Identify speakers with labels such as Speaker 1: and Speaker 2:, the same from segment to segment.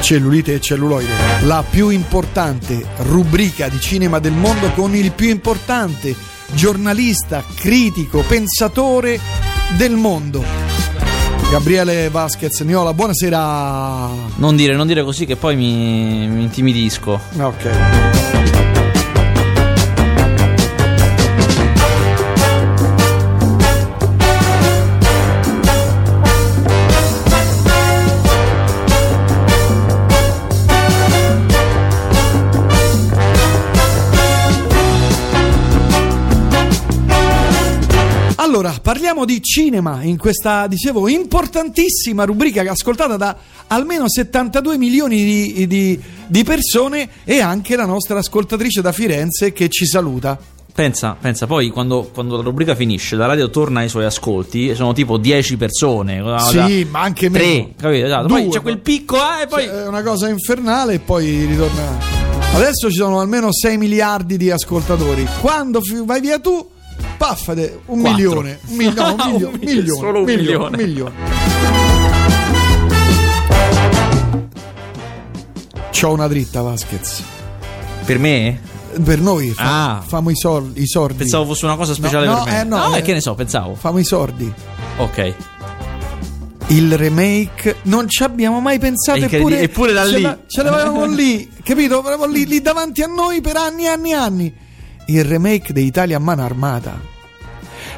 Speaker 1: Cellulite e celluloide, la più importante rubrica di cinema del mondo con il più importante giornalista, critico, pensatore del mondo. Gabriele Vasquez Niola, buonasera.
Speaker 2: Non dire, non dire così che poi mi, mi intimidisco.
Speaker 1: Ok. Allora, parliamo di cinema in questa, dicevo, importantissima rubrica ascoltata da almeno 72 milioni di, di- di persone e anche la nostra ascoltatrice da Firenze che ci saluta.
Speaker 2: Pensa, pensa, poi quando, quando la rubrica finisce, la radio torna ai suoi ascolti, e sono tipo 10 persone.
Speaker 1: Sì, ma anche meno.
Speaker 2: 3, capito? Esatto. Poi
Speaker 1: Due,
Speaker 2: c'è quel picco, ah, e poi...
Speaker 1: Cioè, è una cosa infernale e poi ritorna. Adesso ci sono almeno 6 miliardi di ascoltatori. Quando fi- vai via tu, paffate, un
Speaker 2: Quattro.
Speaker 1: milione. Un, mi- no, un
Speaker 2: Un
Speaker 1: milio-
Speaker 2: milione,
Speaker 1: milione,
Speaker 2: solo un
Speaker 1: milione, milione. C'ho una dritta, Vasquez. eh,
Speaker 2: Per me?
Speaker 1: Per noi, fa-
Speaker 2: Ah.
Speaker 1: famo i, sol- i sordi.
Speaker 2: Pensavo fosse una cosa speciale
Speaker 1: no,
Speaker 2: per me.
Speaker 1: eh, no,
Speaker 2: ah,
Speaker 1: eh.
Speaker 2: che ne so, pensavo.
Speaker 1: Famo i sordi.
Speaker 2: Ok.
Speaker 1: Il remake non ci abbiamo mai pensato,
Speaker 2: È
Speaker 1: eppure,
Speaker 2: incredibile, eppure da
Speaker 1: ce
Speaker 2: lì.
Speaker 1: la- ce l'avevamo lì, capito? Avevamo lì, lì davanti a noi per anni e anni e anni. Il remake di Italia a mano armata.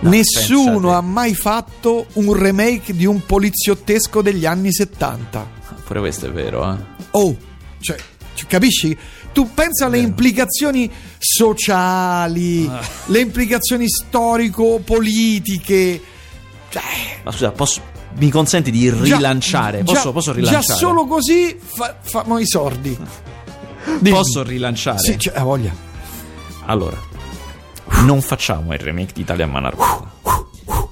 Speaker 2: No,
Speaker 1: Nessuno
Speaker 2: pensate.
Speaker 1: ha mai fatto un remake di un poliziottesco degli anni 70.
Speaker 2: Pure questo è vero, eh.
Speaker 1: Oh, cioè, cioè, capisci? Tu pensa alle implicazioni sociali,
Speaker 2: Ah.
Speaker 1: le implicazioni storico-politiche. Cioè,
Speaker 2: Ma scusa, posso- mi consenti di
Speaker 1: Già-
Speaker 2: rilanciare?
Speaker 1: già-
Speaker 2: posso, posso rilanciare? Ah,
Speaker 1: Già solo così fa- fanno i sordi. Dimmi.
Speaker 2: Posso rilanciare?
Speaker 1: Sì, c'è- ha voglia.
Speaker 2: Allora, non facciamo il remake di Italia Manarco.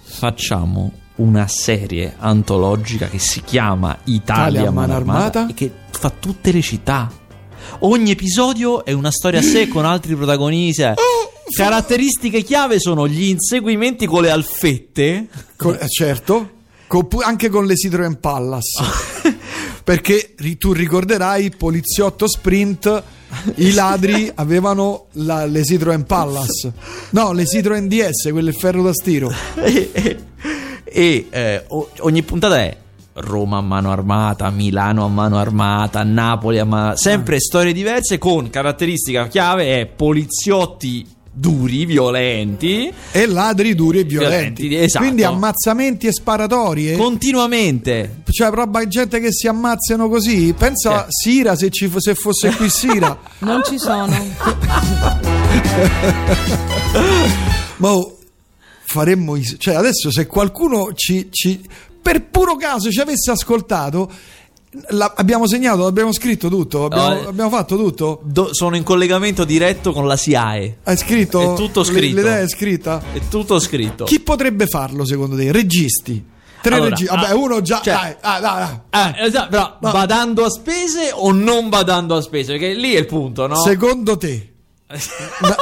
Speaker 2: Facciamo una serie antologica che si chiama Italia,
Speaker 1: Italia
Speaker 2: Mano
Speaker 1: Mano
Speaker 2: Armata
Speaker 1: Armata.
Speaker 2: e che fa tutte le città. Ogni episodio è una storia a sé con altri protagonisti. Caratteristiche chiave sono gli inseguimenti con le alfette.
Speaker 1: Co- eh, certo, Co- pu- anche con le Citroen
Speaker 2: Ah.
Speaker 1: Palace. Perché ri- tu ricorderai poliziotto sprint. I ladri avevano la- le Citroen Palace, no, le Citroen DS, quelle ferro da stiro.
Speaker 2: e e, eh, o- ogni puntata è Roma a mano armata, Milano a mano armata, Napoli a mano sempre storie diverse con caratteristica chiave è poliziotti duri, violenti,
Speaker 1: E ladri duri e violenti.
Speaker 2: Violenti, esatto.
Speaker 1: Quindi ammazzamenti e
Speaker 2: Eh.
Speaker 1: sparatorie.
Speaker 2: continuamente.
Speaker 1: Cioè, roba gente che si ammazzano così. Pensa a
Speaker 2: Eh.
Speaker 1: Sira se, ci fo- se fosse qui Sira.
Speaker 3: Non ci sono.
Speaker 1: Ma oh, faremmo. i- Cioè, adesso se qualcuno ci, ci- per puro caso ci avesse ascoltato. la- abbiamo segnato, abbiamo scritto tutto, abbiamo,
Speaker 2: eh.
Speaker 1: abbiamo fatto tutto.
Speaker 2: Do- sono in collegamento diretto con la SIAE.
Speaker 1: Hai scritto?
Speaker 2: È tutto
Speaker 1: L-
Speaker 2: scritto.
Speaker 1: L'idea è scritta.
Speaker 2: È tutto scritto.
Speaker 1: Chi potrebbe farlo secondo te? Registi. Tre
Speaker 2: Allora,
Speaker 1: registi. Vabbè,
Speaker 2: ah,
Speaker 1: uno già.
Speaker 2: cioè-
Speaker 1: dai, ah, dai, dai.
Speaker 2: Ah, esatto, però badando a spese o non badando a spese? Perché lì è il punto, no?
Speaker 1: Secondo te? Ma-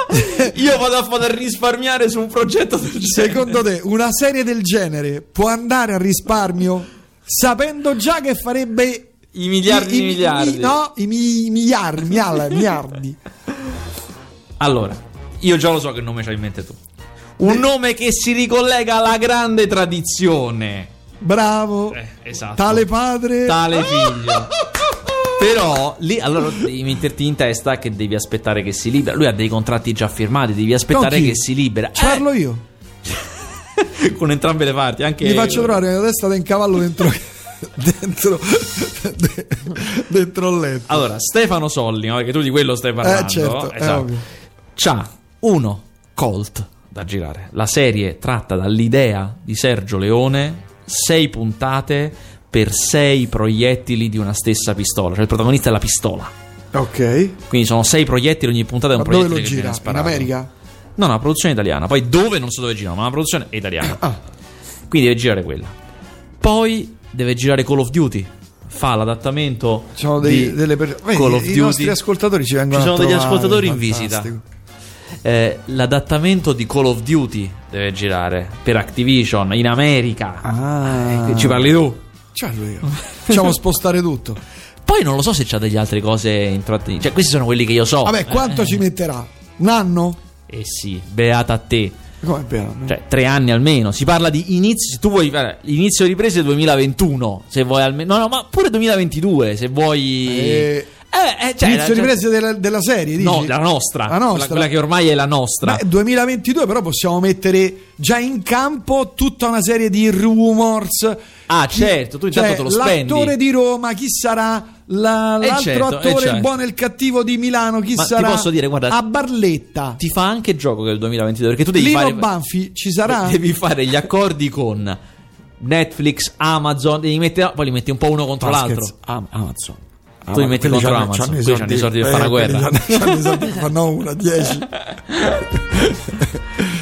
Speaker 2: Io vado a poter risparmiare su un progetto del genere.
Speaker 1: Secondo te una serie del genere può andare a risparmio sapendo già che farebbe
Speaker 2: I miliardi
Speaker 1: i-
Speaker 2: di
Speaker 1: i-
Speaker 2: miliardi.
Speaker 1: i- no, i mi- miliardi, mial- miliardi.
Speaker 2: Allora, io già lo so che nome c'hai in mente tu. Un nome che si ricollega alla grande tradizione.
Speaker 1: Bravo.
Speaker 2: Eh, esatto.
Speaker 1: Tale padre.
Speaker 2: Tale figlio. Però lì allora devi metterti in testa che devi aspettare che si libera. Lui ha dei contratti già firmati, devi aspettare
Speaker 1: chi?
Speaker 2: che si libera.
Speaker 1: Ci parlo io.
Speaker 2: Eh, con entrambe le parti, anche
Speaker 1: Mi faccio trovare una testa di un cavallo dentro dentro de- dentro il letto.
Speaker 2: Allora, Stefano Solli, no? perché tu di quello stai Ah, parlando.
Speaker 1: eh certo, è
Speaker 2: Esatto.
Speaker 1: ovvio.
Speaker 2: C'ha uno Colt da girare. La serie tratta dall'idea di Sergio Leone, sei puntate per sei proiettili di una stessa pistola. Cioè il protagonista è la pistola.
Speaker 1: Ok.
Speaker 2: Quindi sono sei proiettili, ogni puntata è un
Speaker 1: Ma dove
Speaker 2: proiettile
Speaker 1: lo
Speaker 2: che viene
Speaker 1: gira? In
Speaker 2: sparato.
Speaker 1: America?
Speaker 2: No, no, produzione italiana. Poi dove non so dove gira, ma la produzione è italiana.
Speaker 1: Ah.
Speaker 2: Quindi deve girare quella. Poi deve girare Call of Duty. Fa l'adattamento
Speaker 1: Ci sono dei-
Speaker 2: di
Speaker 1: delle per- Vedi,
Speaker 2: Call of
Speaker 1: i
Speaker 2: Duty.
Speaker 1: nostri ascoltatori ci vengono
Speaker 2: Ci
Speaker 1: a
Speaker 2: sono degli
Speaker 1: trovare,
Speaker 2: ascoltatori in
Speaker 1: fantastico.
Speaker 2: visita. Eh, l'adattamento di Call of Duty deve girare per Activision in America.
Speaker 1: Ah.
Speaker 2: Eh, Ci parli tu.
Speaker 1: Ciao, lui. Facciamo spostare tutto.
Speaker 2: poi non lo so se c'ha delle altre cose intrattenute. Cioè, questi sono quelli che io so.
Speaker 1: Vabbè, quanto ci metterà? Un anno?
Speaker 2: Eh sì, beata a te.
Speaker 1: Come per anno?
Speaker 2: Cioè, tre anni almeno. Si parla di inizio. Se tu vuoi fare inizio riprese 2021. Se vuoi almeno. No, no, ma pure 2022. Se vuoi.
Speaker 1: Eh,
Speaker 2: Eh, eh, cioè, la-
Speaker 1: Inizio
Speaker 2: cioè-
Speaker 1: riprese della, della serie, dici?
Speaker 2: No, la nostra.
Speaker 1: La nostra.
Speaker 2: Quella, quella che ormai è la nostra.
Speaker 1: Beh, 2022 però possiamo mettere già in campo tutta una serie di rumors.
Speaker 2: Ah,
Speaker 1: Chi-
Speaker 2: certo, tu intanto
Speaker 1: cioè,
Speaker 2: te lo spendi.
Speaker 1: L'attore di Roma, chi sarà? La-
Speaker 2: Eh,
Speaker 1: l'altro
Speaker 2: certo, eh,
Speaker 1: attore,
Speaker 2: certo.
Speaker 1: il buono e il cattivo di Milano, chi
Speaker 2: Ma ti
Speaker 1: sarà?
Speaker 2: posso dire, guarda-
Speaker 1: a Barletta.
Speaker 2: Ti fa anche gioco che è il 2022. Perché tu devi
Speaker 1: Lino
Speaker 2: fare.
Speaker 1: Banfi ci sarà?
Speaker 2: Devi fare gli accordi con Netflix, Amazon. Devi mettere, poi li metti un po' uno contro
Speaker 1: Ma
Speaker 2: l'altro.
Speaker 1: scherzi.
Speaker 2: Am- Amazon. tu li
Speaker 1: Quelli
Speaker 2: metti
Speaker 1: c'hanno-
Speaker 2: contro
Speaker 1: c'hanno
Speaker 2: Amazon.
Speaker 1: i
Speaker 2: Qui c'hanno i soldi per fare la
Speaker 1: eh,
Speaker 2: guerra.
Speaker 1: quelli c'hanno- c'hanno i soldi per fare- no, una, dieci.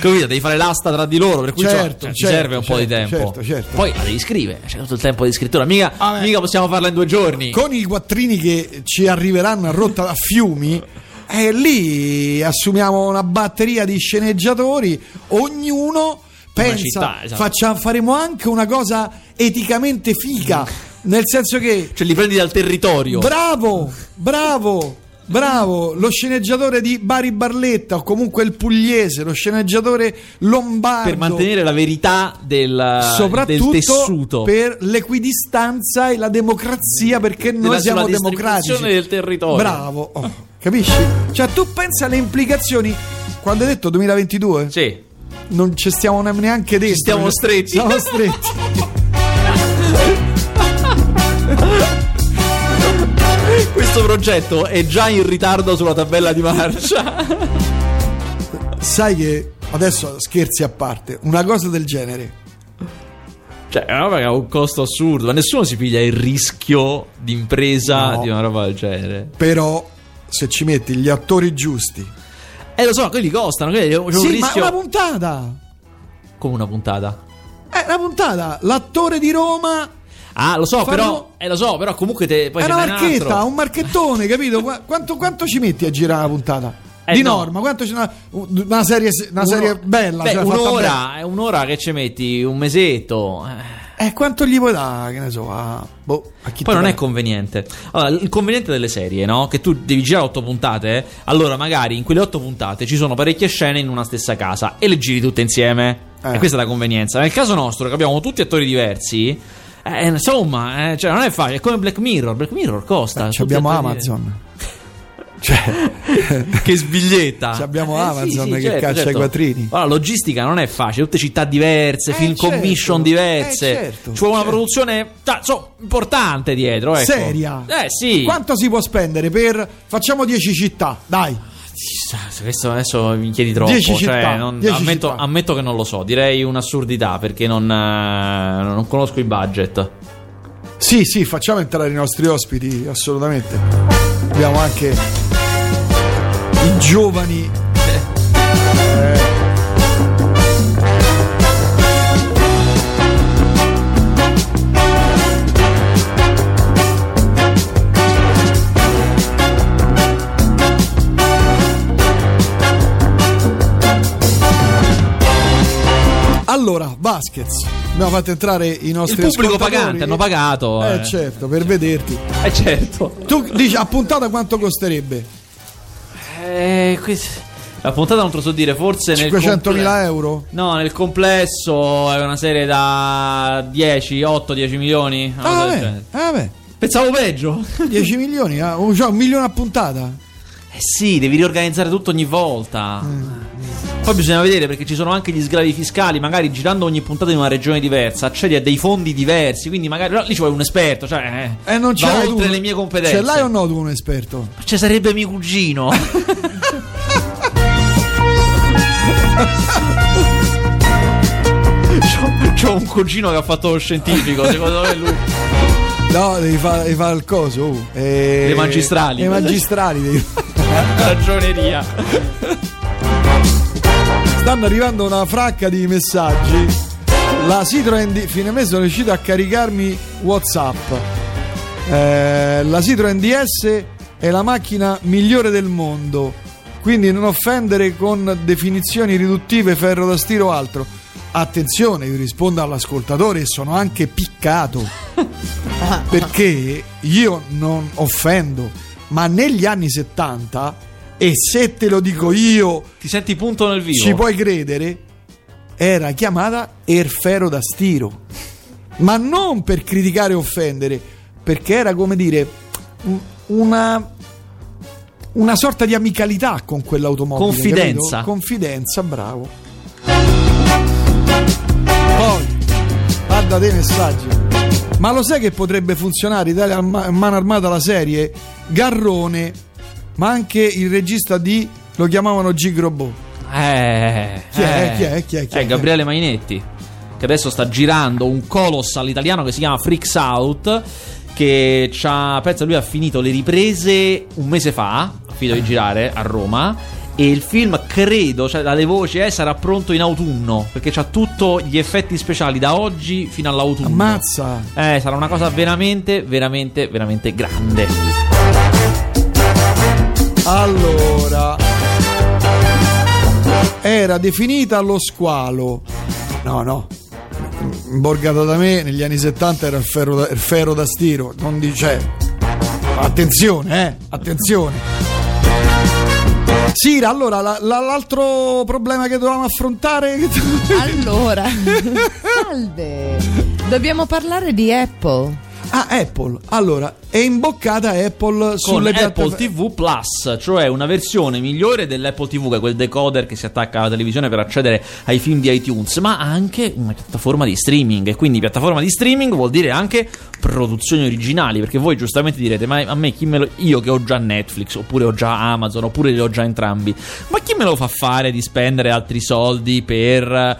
Speaker 2: Capito? Devi fare l'asta tra di loro. Per cui insomma,
Speaker 1: Certo,
Speaker 2: cioè, ci
Speaker 1: certo,
Speaker 2: serve un po' di
Speaker 1: certo,
Speaker 2: tempo.
Speaker 1: certo, certo. Ah,
Speaker 2: Poi la devi scrivere. C'è tutto il tempo di scrittura. Mica,
Speaker 1: Vabbè.
Speaker 2: mica possiamo farla in due giorni.
Speaker 1: Con i quattrini che ci arriveranno a rotta a fiumi, eh, lì assumiamo una batteria di sceneggiatori, ognuno pensa,
Speaker 2: città, esatto.
Speaker 1: faccia- faremo anche una cosa eticamente figa, nel senso che
Speaker 2: cioè, li prendi dal territorio.
Speaker 1: Bravo, bravo, bravo. Lo sceneggiatore di Bari Barletta, o comunque il pugliese, lo sceneggiatore lombardo.
Speaker 2: per mantenere la verità Eh, del, del
Speaker 1: Soprattutto
Speaker 2: tessuto.
Speaker 1: per l'equidistanza e la democrazia, perché
Speaker 2: Della-
Speaker 1: noi
Speaker 2: sulla
Speaker 1: siamo
Speaker 2: distribuzione
Speaker 1: democratici.
Speaker 2: del territorio.
Speaker 1: Bravo, oh, capisci? Cioè, tu pensa alle implicazioni. Quando hai detto 2022,
Speaker 2: Sì.
Speaker 1: non ci stiamo ne- neanche dentro.
Speaker 2: stiamo stretti.
Speaker 1: Siamo stretti.
Speaker 2: Questo progetto è già in ritardo sulla tabella di marcia.
Speaker 1: Sai che adesso scherzi a parte, una cosa del genere.
Speaker 2: Cioè, è una roba che ha un costo assurdo, ma nessuno si piglia il rischio d'impresa
Speaker 1: No.
Speaker 2: di una roba del genere.
Speaker 1: però se ci metti gli attori giusti
Speaker 2: Eh, lo so, quelli costano, quelli c'è un
Speaker 1: sì ma
Speaker 2: rischio.
Speaker 1: una puntata
Speaker 2: Come una puntata.
Speaker 1: è una puntata l'attore di Roma
Speaker 2: Ah, lo so,
Speaker 1: Fanno-
Speaker 2: però. Eh, lo so, però comunque te, poi
Speaker 1: è
Speaker 2: ce
Speaker 1: una
Speaker 2: n'è un altro.
Speaker 1: marchetta un marchettone capito Qua- quanto, quanto ci metti a girare la puntata
Speaker 2: Eh,
Speaker 1: di
Speaker 2: no.
Speaker 1: norma quanto c'è una, una serie una
Speaker 2: Uno-
Speaker 1: serie bella
Speaker 2: Beh,
Speaker 1: cioè, fatta
Speaker 2: un'ora, è un'ora che ci metti, un mesetto. eh.
Speaker 1: bene. eh quanto gli vuoi dare che ne so a, boh, a chi ti
Speaker 2: Poi non
Speaker 1: pare.
Speaker 2: è conveniente. Allora, il conveniente delle serie, no? Che tu devi girare otto puntate. eh? Allora, magari in quelle otto puntate ci sono parecchie scene in una stessa casa e le giri tutte insieme.
Speaker 1: Eh.
Speaker 2: E questa è la convenienza. Nel caso nostro, che abbiamo tutti attori diversi. eh, insomma, eh, cioè, non è facile, è come Black Mirror. Black Mirror costa.
Speaker 1: Ci
Speaker 2: tutti
Speaker 1: Cioè, abbiamo
Speaker 2: attori-
Speaker 1: Amazon cioè
Speaker 2: che sbiglietta.
Speaker 1: Ci abbiamo
Speaker 2: sì,
Speaker 1: Amazon
Speaker 2: sì,
Speaker 1: che
Speaker 2: certo,
Speaker 1: caccia
Speaker 2: certo.
Speaker 1: i quattrini.
Speaker 2: Allora, logistica non è facile, tutte città diverse,
Speaker 1: Eh,
Speaker 2: film
Speaker 1: certo,
Speaker 2: commission
Speaker 1: eh,
Speaker 2: diverse.
Speaker 1: certo,
Speaker 2: Ci vuole una
Speaker 1: certo.
Speaker 2: produzione ta- insomma, importante dietro, ecco.
Speaker 1: seria
Speaker 2: Eh sì.
Speaker 1: quanto si può spendere per facciamo 10 città dai
Speaker 2: Chissà, Questo adesso mi chiedi troppo.
Speaker 1: Dieci
Speaker 2: cioè,
Speaker 1: città,
Speaker 2: non-
Speaker 1: dieci
Speaker 2: ammetto,
Speaker 1: città.
Speaker 2: ammetto che non lo so, direi un'assurdità perché non, eh, non conosco i budget.
Speaker 1: Sì, sì, facciamo entrare i nostri ospiti, assolutamente. Abbiamo anche i giovani. Eh. Allora, Vasquez, abbiamo fatto entrare i
Speaker 2: Il
Speaker 1: nostri
Speaker 2: pubblico
Speaker 1: ascoltatori.
Speaker 2: pagante hanno pagato.
Speaker 1: Eh certo, per vederti.
Speaker 2: eh, certo.
Speaker 1: Tu dici a puntata quanto costerebbe?
Speaker 2: Eh, qui- La puntata non te lo so dire, forse nel
Speaker 1: 500.000
Speaker 2: comple-
Speaker 1: euro?
Speaker 2: No, nel complesso è una serie da 10, 8, 10 milioni. una cosa
Speaker 1: Ah,
Speaker 2: del
Speaker 1: vabbè,
Speaker 2: genere. Eh
Speaker 1: ah, vabbè.
Speaker 2: Pensavo peggio.
Speaker 1: 10 milioni, ah, oh, cioè un milione a puntata.
Speaker 2: Eh sì, devi riorganizzare tutto ogni
Speaker 1: Ah,
Speaker 2: volta. Poi bisogna vedere perché ci sono anche gli sgravi fiscali, magari girando ogni puntata in una regione diversa, accedi a dei fondi diversi, quindi magari però lì ci vuole un esperto, cioè eh,
Speaker 1: E non ce
Speaker 2: va
Speaker 1: l'hai
Speaker 2: oltre
Speaker 1: tu.
Speaker 2: le mie competenze.
Speaker 1: Ce l'hai o no tu un esperto?
Speaker 2: Cioè sarebbe mio cugino. C'ho- C'ho un cugino che ha fatto lo scientifico, secondo me lui.
Speaker 1: No, devi fare devi fare il coso. oh. Eh,
Speaker 2: Le magistrali.
Speaker 1: Le magistrali. devi-
Speaker 2: Ragioneria.
Speaker 1: Stanno arrivando una fracca di messaggi. La Citroen di fine mese sono riuscito a caricarmi Whatsapp. Eh, la Citroen DS è la macchina migliore del mondo. Quindi non offendere con definizioni riduttive, ferro da stiro o altro. Attenzione, io rispondo all'ascoltatore e sono anche piccato perché io non offendo, ma negli anni 70, e se te lo dico io,
Speaker 2: Ti senti punto nel vivo?
Speaker 1: ci puoi credere, era chiamata Erfero da Stiro. Ma non per criticare e offendere, perché era come dire un- una, una sorta di amicalità con quell'automobile.
Speaker 2: Confidenza.
Speaker 1: capito? Confidenza, bravo. Poi, guarda te messaggio. Ma lo sai che potrebbe funzionare Italia a ma- mano armata la serie? Garrone, ma anche il regista di lo chiamavano Gigrobot.
Speaker 2: Eh,
Speaker 1: Chi è? Chi è? Chi è? Chi è?
Speaker 2: Eh, Gabriele Mainetti, che adesso sta girando un colos all'italiano che si chiama Freaks Out. Che c'ha, pensa, lui ha finito le riprese un mese fa, ha finito di girare a Roma. E il film, credo, cioè dalle voci, eh, sarà pronto in autunno. Perché c'ha tutti gli effetti speciali da oggi fino all'autunno.
Speaker 1: Ammazza!
Speaker 2: Eh, sarà una cosa veramente, veramente, veramente grande.
Speaker 1: Allora, era definita lo squalo. No, no. Borgata da me negli anni 70 era il ferro da, il ferro da stiro, non dice. Attenzione, eh, attenzione. Sira, allora la- la- l'altro problema che dovevamo affrontare.
Speaker 3: Allora, salve. Dobbiamo parlare di Apple.
Speaker 1: Ah, Apple. Allora, è imboccata Apple
Speaker 2: con
Speaker 1: sulle
Speaker 2: Apple
Speaker 1: piattaforme.
Speaker 2: TV Plus, cioè una versione migliore dell'Apple TV, che è quel decoder che si attacca alla televisione per accedere ai film di iTunes, ma anche una piattaforma di streaming. E quindi piattaforma di streaming vuol dire anche produzioni originali, perché voi giustamente direte: Ma a me chi me lo. Io che ho già Netflix, oppure ho già Amazon, oppure li ho già entrambi. Ma chi me lo fa fare di spendere altri soldi per eh,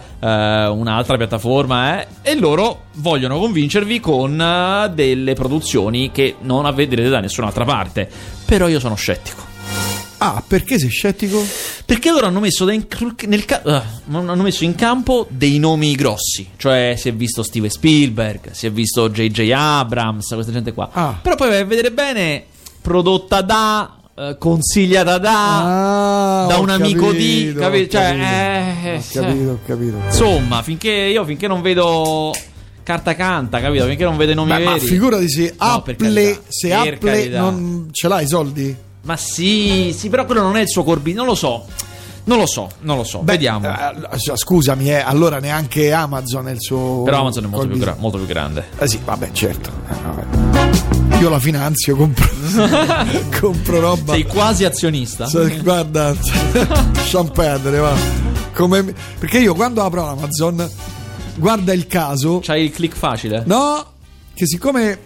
Speaker 2: un'altra piattaforma? eh? E loro vogliono convincervi con eh, delle produzioni che non vedrete da nessun'altra parte. Però io sono scettico.
Speaker 1: Ah, perché sei scettico?
Speaker 2: Perché loro hanno messo, da in, nel ca- ah, hanno messo in campo dei nomi grossi. Cioè, si è visto Steve Spielberg, si è visto J.J. Abrams, questa gente qua.
Speaker 1: Ah.
Speaker 2: Però poi vai a vedere bene, prodotta da, eh, consigliata da.
Speaker 1: Ah,
Speaker 2: da
Speaker 1: ho
Speaker 2: un amico di-
Speaker 1: capito,
Speaker 2: capi-
Speaker 1: ho
Speaker 2: cioè,
Speaker 1: capito.
Speaker 2: eh,
Speaker 1: ho
Speaker 2: sì.
Speaker 1: capito, ho capito.
Speaker 2: Insomma, finché io finché non vedo carta canta, capito? Finché non vedo i nomi
Speaker 1: Beh, ma
Speaker 2: veri.
Speaker 1: figurati se
Speaker 2: No, per
Speaker 1: Apple,
Speaker 2: carità,
Speaker 1: se
Speaker 2: per
Speaker 1: Apple
Speaker 2: carità.
Speaker 1: non ce l'ha i soldi?
Speaker 2: Ma sì, sì, però quello non è il suo corbi, non lo so. Non lo so, non lo so.
Speaker 1: Beh,
Speaker 2: Vediamo.
Speaker 1: eh, s- scusami, eh, allora neanche Amazon è il suo.
Speaker 2: però Amazon è molto più,
Speaker 1: col-
Speaker 2: gra- molto più grande.
Speaker 1: Eh sì, vabbè, certo. Eh, vabbè. Io la finanzio, compro, compro roba.
Speaker 2: Sei quasi azionista.
Speaker 1: Se- guarda, lasciamo perdere, va. Come mi- perché io quando apro Amazon, guarda il caso.
Speaker 2: C'hai il click facile.
Speaker 1: No, che siccome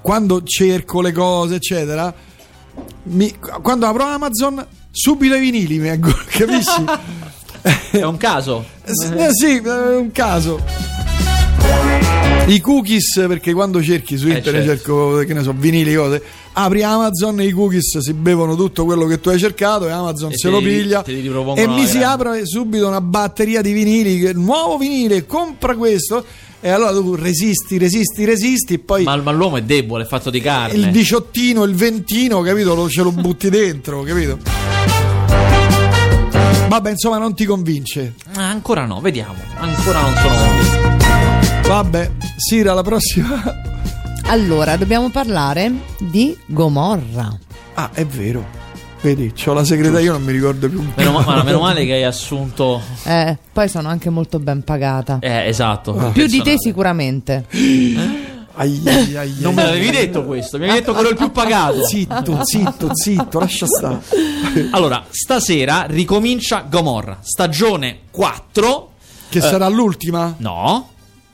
Speaker 1: quando cerco le cose, eccetera, mi- quando apro Amazon, subito i vinili mi vengono, capisci?
Speaker 2: È un caso.
Speaker 1: S- eh, sì, è un caso. I cookies, perché quando cerchi su
Speaker 2: Eh,
Speaker 1: internet
Speaker 2: certo.
Speaker 1: cerco, che ne so, vinili, cose, apri Amazon e i cookies si bevono tutto quello che tu hai cercato e Amazon
Speaker 2: E
Speaker 1: se
Speaker 2: te
Speaker 1: lo
Speaker 2: li-
Speaker 1: piglia
Speaker 2: te li ripropongono
Speaker 1: e
Speaker 2: alla
Speaker 1: mi si
Speaker 2: grande.
Speaker 1: apre subito una batteria di vinili, che- nuovo vinile, compra questo e allora tu resisti, resisti, resisti e poi
Speaker 2: Ma, ma l'uomo è debole, è fatto di carne.
Speaker 1: il diciottino, il ventino, capito? Lo- ce lo butti dentro, capito? Vabbè, insomma, non ti convince.
Speaker 2: Ah, ancora no, vediamo. Ancora non sono convinto.
Speaker 1: Vabbè, Sira, la prossima.
Speaker 3: Allora, dobbiamo parlare di Gomorra.
Speaker 1: Ah, è vero. Vedi, c'ho la segretaria, io non mi ricordo più.
Speaker 2: Meno, ma- ma- meno male che hai assunto.
Speaker 3: Eh, poi sono anche molto ben pagata.
Speaker 2: Eh, esatto. il
Speaker 3: Più di te
Speaker 2: personale.
Speaker 3: sicuramente.
Speaker 1: Ai, ai, ai,
Speaker 2: Non
Speaker 1: ai.
Speaker 2: me l'avevi detto questo,
Speaker 1: Ah,
Speaker 2: mi hai detto quello il più pagato.
Speaker 1: Zitto, zitto, zitto, lascia stare.
Speaker 2: Allora, stasera ricomincia Gomorra, stagione 4.
Speaker 1: Che sarà l'ultima?
Speaker 2: No,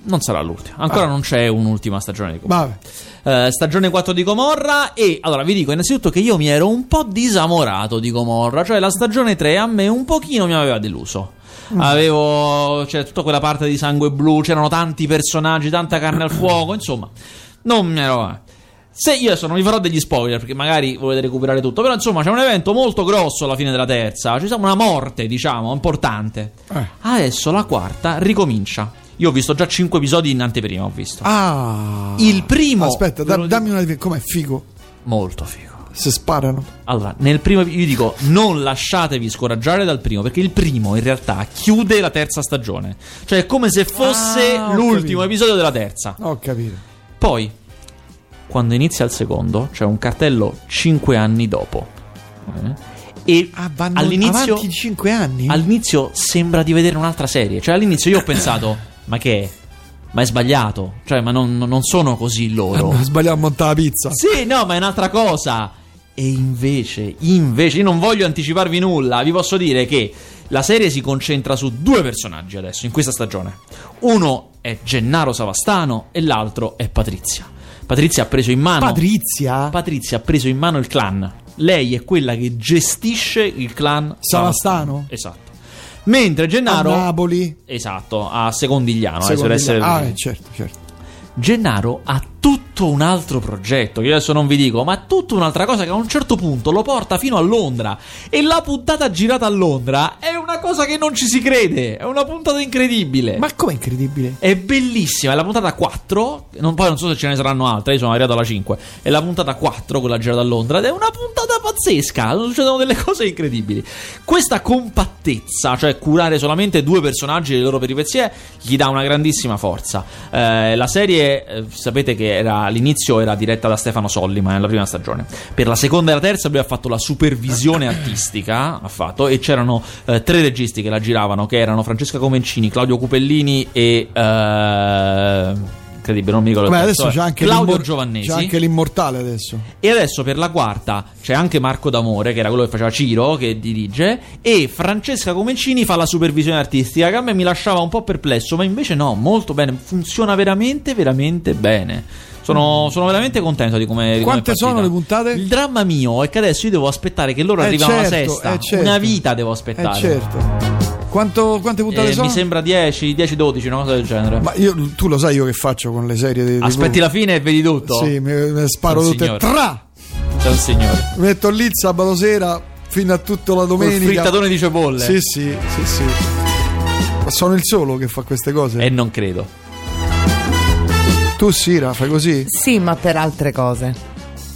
Speaker 2: non sarà l'ultima. Ancora non c'è un'ultima stagione di Gomorra.
Speaker 1: Vabbè.
Speaker 2: Eh, stagione 4 di Gomorra e allora vi dico innanzitutto che io mi ero un po' disamorato di Gomorra, cioè la stagione 3 a me un pochino mi aveva deluso.
Speaker 1: Mm.
Speaker 2: Avevo c'era tutta quella parte di sangue blu, c'erano tanti personaggi, tanta carne al fuoco, insomma, non mi ero eh. se io adesso non vi farò degli spoiler perché magari volete recuperare tutto, però insomma c'è un evento molto grosso alla fine della terza, ci sarà una morte diciamo importante.
Speaker 1: Eh.
Speaker 2: Adesso la quarta ricomincia. Io ho visto già 5 episodi in anteprima, ho visto.
Speaker 1: Ah.
Speaker 2: Il primo-
Speaker 1: Aspetta,
Speaker 2: ve
Speaker 1: da-
Speaker 2: lo dico-
Speaker 1: dammi una... Com'è figo?
Speaker 2: Molto figo.
Speaker 1: se sparano.
Speaker 2: Allora, nel primo io dico non lasciatevi scoraggiare dal primo, perché il primo in realtà chiude la terza stagione. Cioè è come se fosse
Speaker 1: Ah, ho
Speaker 2: l'ultimo
Speaker 1: capito.
Speaker 2: episodio della terza.
Speaker 1: Ho capito.
Speaker 2: Poi, quando inizia il secondo, c'è un cartello 5 anni dopo. Eh? E
Speaker 1: Ah, vanno
Speaker 2: all'inizio,
Speaker 1: avanti 5 anni?
Speaker 2: all'inizio sembra di vedere un'altra serie. Cioè all'inizio io ho pensato, ma che è? Ma è sbagliato. Cioè, ma non, non sono così loro.
Speaker 1: Sbagliamo a montare la pizza.
Speaker 2: Sì, no, ma è un'altra cosa. E invece, invece, io non voglio anticiparvi nulla, vi posso dire che la serie si concentra su due personaggi adesso, in questa stagione. Uno è Gennaro Savastano e l'altro è Patrizia. Patrizia ha preso in mano...
Speaker 1: Patrizia
Speaker 2: Patrizia ha preso in mano il clan. Lei è quella che gestisce il clan
Speaker 1: Savastano?
Speaker 2: Esatto. Mentre
Speaker 1: a
Speaker 2: Gennaro...
Speaker 1: Napoli.
Speaker 2: Esatto, a Secondigliano, eh,
Speaker 1: Secondo me-
Speaker 2: sulle essere-
Speaker 1: Ah, eh, certo, certo.
Speaker 2: Gennaro ha tutto un altro progetto, che io adesso non vi dico, ma tutta un'altra cosa che a un certo punto lo porta fino a Londra. E la puntata girata a Londra è una cosa che non ci si crede, è una puntata incredibile.
Speaker 1: Ma com'è incredibile?
Speaker 2: È bellissima, è la puntata 4, non, poi non so se ce ne saranno altre, io sono arrivato alla 5, è la puntata 4 quella girata a Londra ed è una puntata pazzesca, succedono delle cose incredibili. Questa compattezza, cioè curare solamente due personaggi e le loro peripezie, gli dà una grandissima forza. Eh, la serie, eh, sapete che era, all'inizio era diretta da Stefano Sollima nella prima stagione, per la seconda e la terza lui ha fatto la supervisione artistica, ha fatto, e c'erano eh, tre registi che la giravano, che erano Francesca Comencini, Claudio Cupellini e... eh, incredibile, non mi ricordo il
Speaker 1: Beh,
Speaker 2: terzo,
Speaker 1: adesso
Speaker 2: eh,
Speaker 1: c'è anche,
Speaker 2: Claudio
Speaker 1: l'immor-
Speaker 2: Giovannesi.
Speaker 1: c'è anche l'immortale adesso.
Speaker 2: E adesso per la quarta c'è anche Marco D'Amore, che era quello che faceva Ciro, che dirige, e Francesca Comencini fa la supervisione artistica, che a me mi lasciava un po' perplesso, ma invece no, molto bene, funziona veramente, veramente bene. Sono, sono veramente contento di come... di come è
Speaker 1: Mm. Quante sono
Speaker 2: partita.
Speaker 1: le puntate?
Speaker 2: Il dramma mio è che adesso io devo aspettare che loro
Speaker 1: Eh,
Speaker 2: arrivano alla
Speaker 1: certo,
Speaker 2: sesta.
Speaker 1: eh, certo.
Speaker 2: Una vita devo
Speaker 1: Eh,
Speaker 2: aspettare.
Speaker 1: certo. Quanto- quante puntate
Speaker 2: Eh,
Speaker 1: sono?
Speaker 2: mi sembra 10, 10, 12, una cosa del genere.
Speaker 1: Ma io- tu lo sai io che faccio con le serie di
Speaker 2: Aspetti la fine e vedi tutto.
Speaker 1: Sì, mi, mi sparo
Speaker 2: Sono
Speaker 1: tutte e
Speaker 2: signore.
Speaker 1: tra.
Speaker 2: C'è un signore.
Speaker 1: Metto lì il sabato sera fino a tutta la
Speaker 2: Un
Speaker 1: domenica.
Speaker 2: frittatone di cipolle.
Speaker 1: Sì, sì, sì, sì. Ma sono il solo che fa queste cose.
Speaker 2: E Eh, non credo.
Speaker 1: Tu Sira fai così?
Speaker 3: Sì, ma per altre cose,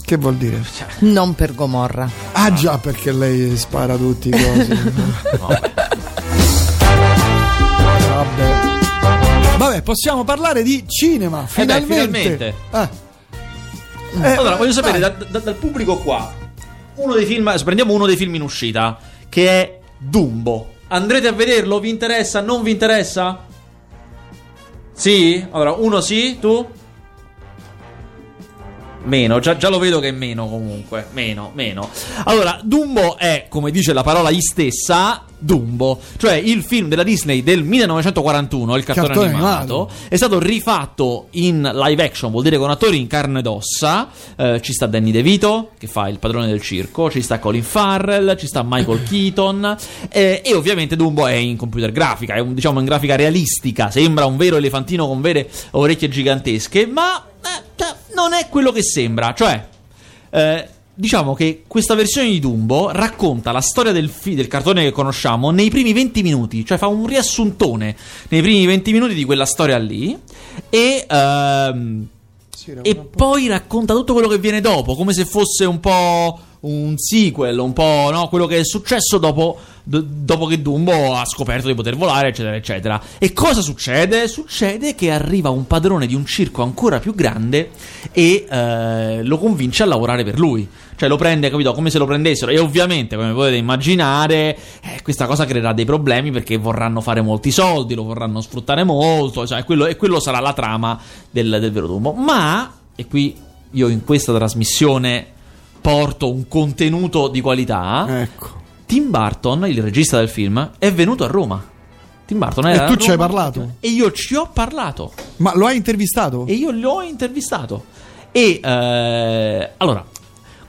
Speaker 1: Che vuol dire?
Speaker 2: Cioè,
Speaker 3: non per Gomorra.
Speaker 1: Ah già, perché lei spara tutti i cosi.
Speaker 2: No.
Speaker 1: Vabbè. Vabbè, possiamo parlare di cinema,
Speaker 2: Eh beh,
Speaker 1: finalmente. Eh. Eh,
Speaker 2: Allora, voglio sapere
Speaker 1: vai.
Speaker 2: da- da- dal pubblico qua. Uno dei film, adesso prendiamo uno dei film in uscita, che è Dumbo. Andrete a vederlo? Vi interessa? Non vi interessa? Sì? Allora, uno sì, tu? Meno, già, già lo vedo che è meno comunque, meno, meno. Allora, Dumbo è, come dice la parola I stessa, Dumbo, cioè il film della Disney del 1941, il cartone,
Speaker 1: Cartone
Speaker 2: animato,
Speaker 1: animato.
Speaker 2: è stato rifatto in live action, vuol dire con attori in carne ed ossa, Eh, ci sta Danny DeVito, che fa il padrone del circo, ci sta Colin Farrell, ci sta Michael Keaton, eh, e ovviamente Dumbo è in computer grafica, è un- diciamo in grafica realistica, sembra un vero elefantino con vere orecchie gigantesche, ma eh, cioè, non è quello che sembra, cioè... eh, Diciamo che questa versione di Dumbo racconta la storia del, fi- del cartone che conosciamo nei primi 20 minuti, cioè fa un riassuntone nei primi 20 minuti di quella storia lì e, ehm,
Speaker 1: Sira,
Speaker 2: e
Speaker 1: un po'.
Speaker 2: poi racconta tutto quello che viene dopo, come se fosse un po' un sequel, un po' no? quello che è successo dopo, d- dopo che Dumbo ha scoperto di poter volare, eccetera, eccetera. E cosa succede? Succede che arriva un padrone di un circo ancora più grande e eh, lo convince a lavorare per lui. Cioè lo prende, capito? Come se lo prendessero. E ovviamente, come potete immaginare, eh, questa cosa creerà dei problemi perché vorranno fare molti soldi, lo vorranno sfruttare molto, cioè, quello- e quello sarà la trama del, del vero Dumbo. Ma, e qui io in questa trasmissione porto un contenuto di qualità,
Speaker 1: Ecco.
Speaker 2: Tim Burton, il regista del film, è venuto a Roma. Tim Burton era
Speaker 1: E
Speaker 2: a
Speaker 1: tu ci hai
Speaker 2: Roma.
Speaker 1: parlato?
Speaker 2: E io ci ho parlato.
Speaker 1: Ma lo hai intervistato?
Speaker 2: E io l'ho intervistato. E eh, allora,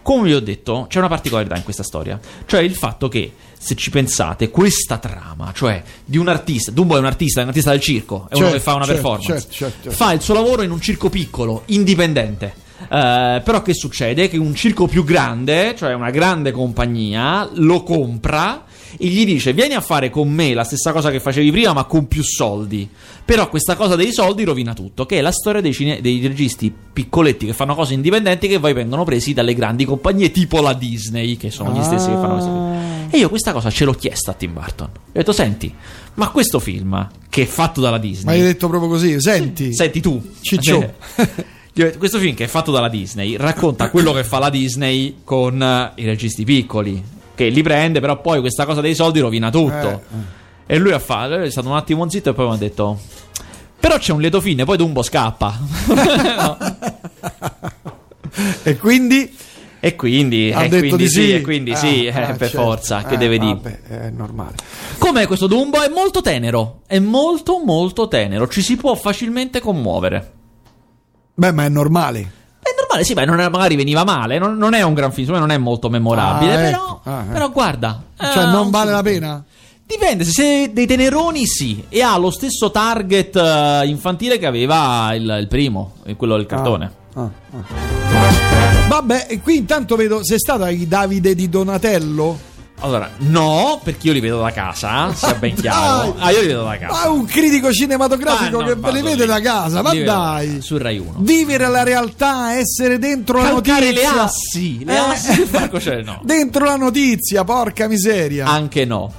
Speaker 2: come vi ho detto, c'è una particolarità in questa storia. Cioè il fatto che, se ci pensate, questa trama, cioè di un artista, Dumbo è un artista, è un artista del circo, è uno
Speaker 1: Certo,
Speaker 2: che fa una
Speaker 1: certo,
Speaker 2: performance.
Speaker 1: certo, certo, certo.
Speaker 2: Fa il suo lavoro in un circo piccolo, indipendente. Eh, però che succede? Che un circo più grande, cioè una grande compagnia, lo compra e gli dice vieni a fare con me la stessa cosa che facevi prima ma con più soldi. Però questa cosa dei soldi rovina tutto, che è la storia dei, cine- dei registi piccoletti che fanno cose indipendenti che poi vengono presi dalle grandi compagnie tipo la Disney, che sono gli stessi che fanno queste cose.
Speaker 1: Ah.
Speaker 2: E io questa cosa ce l'ho chiesta a Tim Burton. Ho detto senti, ma questo film che è fatto dalla
Speaker 1: Ma
Speaker 2: Disney...
Speaker 1: hai detto proprio così, senti.
Speaker 2: Senti tu,
Speaker 1: Ciccio.
Speaker 2: Cioè, gli ho detto, questo film che è fatto dalla Disney racconta quello che fa la Disney con eh, i registi piccoli, che li prende, però poi questa cosa dei soldi rovina
Speaker 1: Eh,
Speaker 2: tutto. E lui ha fatto, è stato un attimo zitto e poi mi ha detto... Però c'è un lieto fine, poi Dumbo scappa. No.
Speaker 1: E quindi
Speaker 2: E quindi,
Speaker 1: ha
Speaker 2: e
Speaker 1: detto
Speaker 2: Eh, quindi
Speaker 1: di sì.
Speaker 2: e quindi sì,
Speaker 1: Ah,
Speaker 2: eh,
Speaker 1: ah,
Speaker 2: per
Speaker 1: certo.
Speaker 2: forza, che
Speaker 1: Eh,
Speaker 2: deve dire.
Speaker 1: vabbè, È normale.
Speaker 2: Com'è questo Dumbo? È molto tenero, è molto molto tenero, ci si può facilmente commuovere.
Speaker 1: Beh, ma è normale.
Speaker 2: È normale, sì, ma non è- magari veniva male. Non, non è un gran film, secondo me non è molto memorabile.
Speaker 1: Ah,
Speaker 2: però,
Speaker 1: ecco. Ah, eh.
Speaker 2: però guarda.
Speaker 1: Cioè,
Speaker 2: eh,
Speaker 1: non
Speaker 2: un
Speaker 1: vale
Speaker 2: film.
Speaker 1: la pena?
Speaker 2: Dipende, se sei dei teneroni, sì. E ha lo stesso target eh, infantile che aveva il, il primo, eh, quello del cartone.
Speaker 1: Ah, ah. Vabbè, e qui intanto vedo, sei stato ai Davide di Donatello?
Speaker 2: Allora, no, perché io li vedo da casa, eh, sia ben chiaro.
Speaker 1: dai!
Speaker 2: Ah, io li vedo da casa.
Speaker 1: Ma un critico
Speaker 2: Ah,
Speaker 1: cinematografico
Speaker 2: no,
Speaker 1: che ve
Speaker 2: vado
Speaker 1: le vede
Speaker 2: lì.
Speaker 1: da casa, ma
Speaker 2: Li vedo da
Speaker 1: dai!
Speaker 2: casa, Su Rai 1.
Speaker 1: Vivere la realtà, essere dentro la
Speaker 2: Calcare le
Speaker 1: notizia.
Speaker 2: assi, le
Speaker 1: Eh,
Speaker 2: assi del palcoscenico, no.
Speaker 1: Dentro la notizia, porca miseria.
Speaker 2: anche no.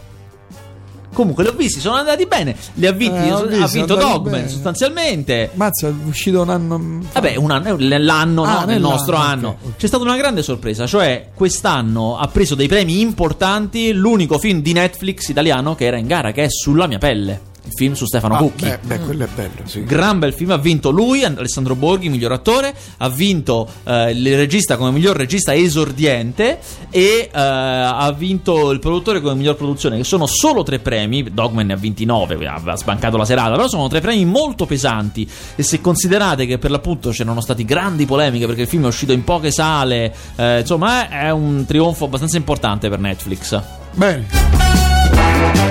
Speaker 2: Comunque li ho visti, sono andati bene. Li ha vinti,
Speaker 1: Eh, ho visto,
Speaker 2: ha vinto
Speaker 1: andati
Speaker 2: Dogman
Speaker 1: bene.
Speaker 2: sostanzialmente.
Speaker 1: Mazza, è uscito un anno. fa.
Speaker 2: Vabbè, un anno, l'anno,
Speaker 1: Ah,
Speaker 2: no, nel
Speaker 1: nell'anno,
Speaker 2: nostro
Speaker 1: ok,
Speaker 2: anno.
Speaker 1: ok.
Speaker 2: C'è stata una grande sorpresa, cioè quest'anno ha preso dei premi importanti l'unico film di Netflix italiano che era in gara, che è Sulla mia pelle, il film su Stefano
Speaker 1: Ah,
Speaker 2: Cucchi.
Speaker 1: beh, beh, quello è bello, sì.
Speaker 2: Gran bel film, ha vinto lui, Alessandro Borghi, miglior attore, ha vinto eh, il regista come miglior regista esordiente e eh, ha vinto il produttore come miglior produzione, che sono solo tre premi, Dogman ne ha 29, ha sbancato la serata, però sono tre premi molto pesanti e se considerate che per l'appunto c'erano state grandi polemiche perché il film è uscito in poche sale, eh, insomma è è un trionfo abbastanza importante per Netflix.
Speaker 1: Bene.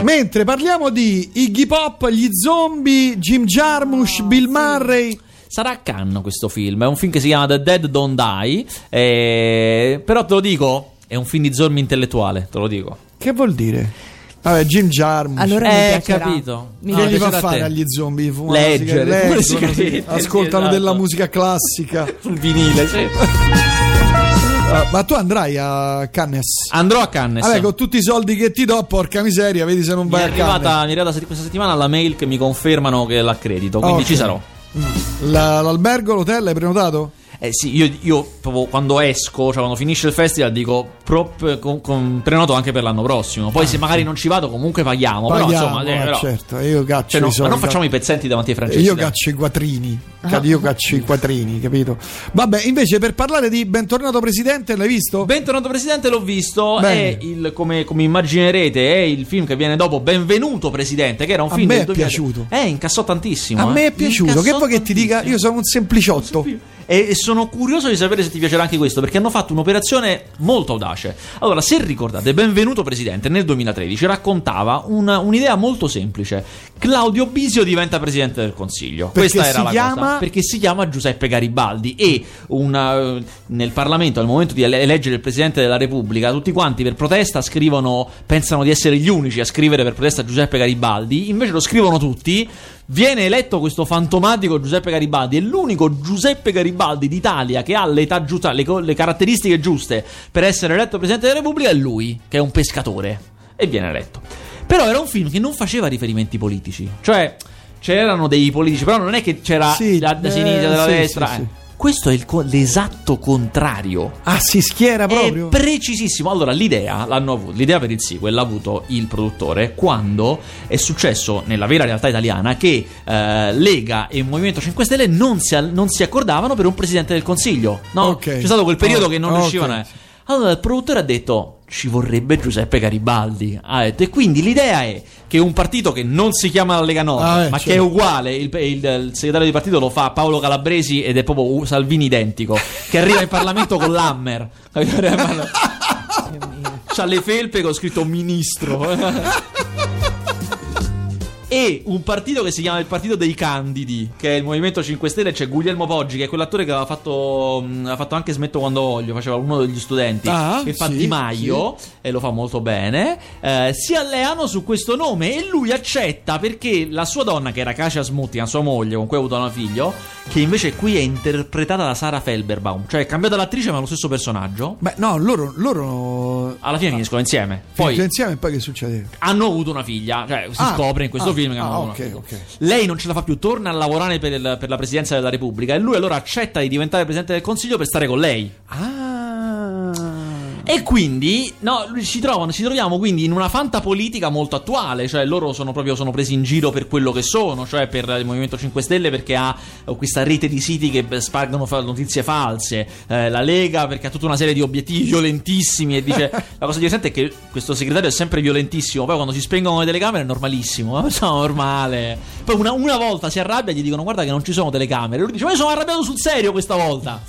Speaker 1: Mentre parliamo di Iggy Pop, gli zombie, Jim Jarmusch,
Speaker 2: Ah,
Speaker 1: Bill Murray.
Speaker 2: Sarà a Cannes questo film, è un film che si chiama The Dead Don't Die, eh, però te lo dico, è un film di zormi intellettuale, te lo dico.
Speaker 1: Che vuol dire? Vabbè, Jim Jarmusch.
Speaker 3: Allora mi
Speaker 2: Eh,
Speaker 3: piacerà.
Speaker 2: capito.
Speaker 3: Mi
Speaker 2: No,
Speaker 1: che gli
Speaker 2: piacerà
Speaker 1: fa
Speaker 2: a te.
Speaker 1: fare agli zombie? Fumano
Speaker 2: Leggere,
Speaker 1: sigarette,
Speaker 2: fumano
Speaker 1: leggono,
Speaker 2: sigarette,
Speaker 1: ascoltano
Speaker 2: esatto.
Speaker 1: della musica classica.
Speaker 2: Sul vinile, sì. Ah.
Speaker 1: Eh, ma tu andrai a Cannes?
Speaker 2: Andrò a Cannes.
Speaker 1: Vabbè, con tutti i soldi che ti do, porca miseria, vedi se non
Speaker 2: mi, è
Speaker 1: vai a Cannes.
Speaker 2: arrivata, mi è arrivata sett- questa settimana la mail che mi confermano che l'accredito, quindi
Speaker 1: Ok.
Speaker 2: ci sarò.
Speaker 1: Mm. La- l'albergo, l'hotel, hai prenotato?
Speaker 2: Eh sì, io, io proprio quando esco, cioè quando finisce il festival, dico prop- con- con- prenoto anche per l'anno prossimo. Poi se magari non ci vado, comunque paghiamo. però
Speaker 1: Ah, Paghiamo,
Speaker 2: insomma, eh,
Speaker 1: eh,
Speaker 2: però-
Speaker 1: certo, io caccio
Speaker 2: Cioè, no,
Speaker 1: i
Speaker 2: ma
Speaker 1: soldi. Eh,
Speaker 2: non facciamo i pezzenti davanti ai francesi.
Speaker 1: Io
Speaker 2: dai.
Speaker 1: caccio i quadrini, ca- io caccio i quadrini, capito? Vabbè, invece per parlare di Bentornato Presidente, l'hai visto?
Speaker 2: Bentornato Presidente, l'ho visto.
Speaker 1: Bene.
Speaker 2: È il, come, come immaginerete, è il film che viene dopo Benvenuto Presidente, che era un
Speaker 1: A
Speaker 2: film
Speaker 1: me
Speaker 2: del
Speaker 1: è
Speaker 2: 2000.
Speaker 1: piaciuto.
Speaker 2: Eh, incassò tantissimo.
Speaker 1: A
Speaker 2: eh.
Speaker 1: me è piaciuto,
Speaker 2: Incassò
Speaker 1: che vuoi che ti dica?
Speaker 2: tantissimo.
Speaker 1: Io sono un sempliciotto.
Speaker 2: E e sono curioso di sapere se ti piacerà anche questo, perché hanno fatto un'operazione molto audace. Allora, se ricordate, Benvenuto Presidente nel 2013 raccontava una- un'idea molto semplice. Claudio Bisio diventa Presidente del Consiglio.
Speaker 1: Perché
Speaker 2: Questa era
Speaker 1: si
Speaker 2: la
Speaker 1: chiama-
Speaker 2: cosa. Perché si chiama Giuseppe Garibaldi e una- eh, nel Parlamento, al momento di ele- eleggere il Presidente della Repubblica, tutti quanti per protesta scrivono, pensano di essere gli unici a scrivere per protesta Giuseppe Garibaldi, invece lo scrivono tutti. Viene eletto questo fantomatico Giuseppe Garibaldi, è l'unico Giuseppe Garibaldi d'Italia che ha l'età giusta, le, co- le caratteristiche giuste per essere eletto Presidente della Repubblica, è lui, che è un pescatore, e viene eletto. Però era un film che non faceva riferimenti politici, cioè c'erano dei politici, però non è che c'era
Speaker 1: Sì,
Speaker 2: la
Speaker 1: eh,
Speaker 2: sinistra, della
Speaker 1: sì,
Speaker 2: destra.
Speaker 1: sì,
Speaker 2: eh.
Speaker 1: sì.
Speaker 2: Questo è il co- l'esatto contrario.
Speaker 1: Ah, si schiera proprio?
Speaker 2: È precisissimo. Allora, l'idea l'hanno avuto, l'idea per il sequel l'ha avuto il produttore quando è successo nella vera realtà italiana che eh, Lega e Movimento 5 Stelle non si, non si accordavano per un presidente del Consiglio. No,
Speaker 1: Ok.
Speaker 2: c'è stato quel periodo che non
Speaker 1: Oh,
Speaker 2: riuscivano.
Speaker 1: ok.
Speaker 2: a- allora il produttore ha detto ci vorrebbe Giuseppe Garibaldi. Ha detto, e quindi l'idea è che un partito che non si chiama la Lega Nord,
Speaker 1: Ah, eh,
Speaker 2: ma
Speaker 1: certo.
Speaker 2: che è uguale, il, il- il segretario di partito lo fa Paolo Calabresi ed è proprio U- Salvini identico, che arriva in Parlamento con l'Hammer. C'ha le felpe con scritto ministro. e un partito che si chiama il Partito dei Candidi, che è il Movimento 5 Stelle, c'è Guglielmo Poggi, che è quell'attore che aveva fatto, mh, aveva fatto anche Smetto quando voglio, faceva uno degli studenti,
Speaker 1: Ah,
Speaker 2: che fa
Speaker 1: sì,
Speaker 2: Di Maio, e lo fa molto bene, eh, si alleano su questo nome e lui accetta perché la sua donna, che era Cacia Smuttina, sua moglie, con cui ha avuto un figlio, che invece qui è interpretata da Sara Felberbaum, cioè è cambiata l'attrice ma è lo stesso personaggio,
Speaker 1: Beh, no, loro, loro
Speaker 2: alla fine finiscono insieme. Poi
Speaker 1: finiscono insieme e poi che succede?
Speaker 2: hanno avuto una figlia, cioè si
Speaker 1: Ah,
Speaker 2: scopre in questo
Speaker 1: ah,
Speaker 2: film che hanno
Speaker 1: ah,
Speaker 2: avuto
Speaker 1: ok,
Speaker 2: una figlia.
Speaker 1: ok.
Speaker 2: Lei non ce la fa più, torna a lavorare per, il- per la presidenza della Repubblica e lui allora accetta di diventare presidente del Consiglio per stare con lei.
Speaker 1: Ah.
Speaker 2: E quindi, no, lui- ci, trovano, ci troviamo quindi in una fantapolitica molto attuale, cioè loro sono proprio sono presi in giro per quello che sono, cioè per il Movimento 5 Stelle perché ha eh, questa rete di siti che beh, spargono fa- notizie false, eh, la Lega perché ha tutta una serie di obiettivi violentissimi e dice, la cosa divertente è che questo segretario è sempre violentissimo, poi quando si spengono le telecamere è normalissimo, è una persona normale, poi una, una volta si arrabbia e gli dicono guarda che non ci sono telecamere, lui dice ma io sono arrabbiato sul serio questa volta.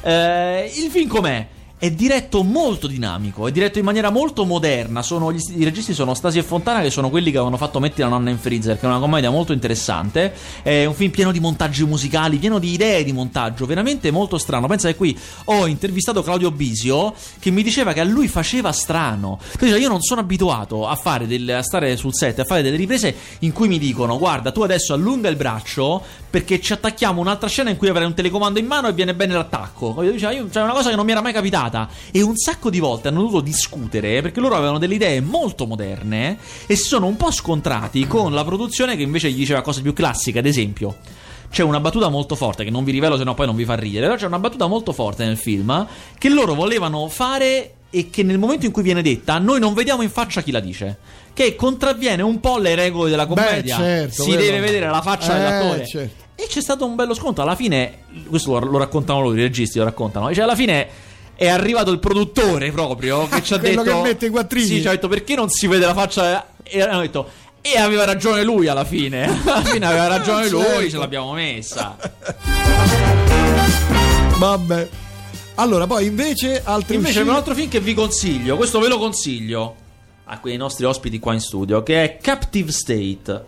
Speaker 2: Eh, il film com'è? È diretto molto dinamico, è diretto in maniera molto moderna. Sono- gli st- I registi sono Stasi e Fontana, che sono quelli che avevano fatto Metti la nonna in freezer, che è una commedia molto interessante. È un film pieno di montaggi musicali, pieno di idee di montaggio, veramente molto strano. Pensa che qui ho intervistato Claudio Bisio, che mi diceva che a lui faceva strano. Lui diceva, io non sono abituato a, fare del- a stare sul set, a fare delle riprese in cui mi dicono, guarda, tu adesso allunga il braccio perché ci attacchiamo a un'altra scena in cui avrai un telecomando in mano e viene bene l'attacco. Capito? Diceva, io- cioè, è una cosa che non mi era mai capitata. E un sacco di volte hanno dovuto discutere eh, perché loro avevano delle idee molto moderne e si sono un po' scontrati con la produzione che invece gli diceva cose più classiche, ad esempio. C'è una battuta molto forte che non vi rivelo, sennò poi non vi fa ridere. Però c'è una battuta molto forte nel film eh, che loro volevano fare e che nel momento in cui viene detta noi non vediamo in faccia chi la dice. Che contravviene un po' le regole della commedia.
Speaker 1: Beh, certo,
Speaker 2: si
Speaker 1: quello-
Speaker 2: deve vedere la faccia
Speaker 1: Eh,
Speaker 2: dell'attore.
Speaker 1: certo.
Speaker 2: E c'è stato un bello sconto. Alla fine, questo lo, lo raccontano loro, i registi lo raccontano. Cioè, alla fine è arrivato il produttore proprio che ci ha
Speaker 1: Quello
Speaker 2: detto:
Speaker 1: che mette i quattrini.
Speaker 2: Sì, ci ha detto perché non si vede la faccia. E hanno detto. E aveva ragione lui alla fine. Alla fine aveva ragione lui,
Speaker 1: Certo.
Speaker 2: ce l'abbiamo messa.
Speaker 1: Vabbè. Allora, poi invece altri
Speaker 2: Invece c'è un
Speaker 1: uscite-
Speaker 2: altro film che vi consiglio, questo ve lo consiglio a quei nostri ospiti qua in studio, che è Captive State.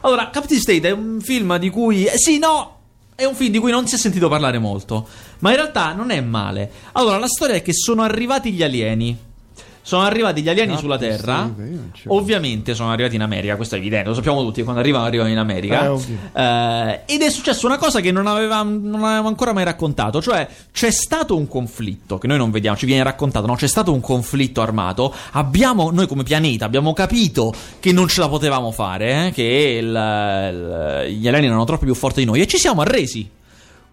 Speaker 2: Allora, Captive State è un film di cui... eh, sì, no! È un film di cui non si è sentito parlare molto, ma in realtà non è male. Allora, la storia è che sono arrivati gli alieni. Sono arrivati gli alieni
Speaker 1: Captive
Speaker 2: sulla Terra.
Speaker 1: State, io non ci-
Speaker 2: Ovviamente sono arrivati in America, questo è evidente, lo sappiamo tutti, quando arrivano arrivano in America.
Speaker 1: Eh, ovvio.
Speaker 2: Eh, ed è successa una cosa che non, aveva, non avevo ancora mai raccontato, cioè c'è stato un conflitto che noi non vediamo, ci viene raccontato, no? C'è stato un conflitto armato, abbiamo, noi come pianeta abbiamo capito che non ce la potevamo fare, eh, che il- il- gli alieni erano troppo più forti di noi e ci siamo arresi,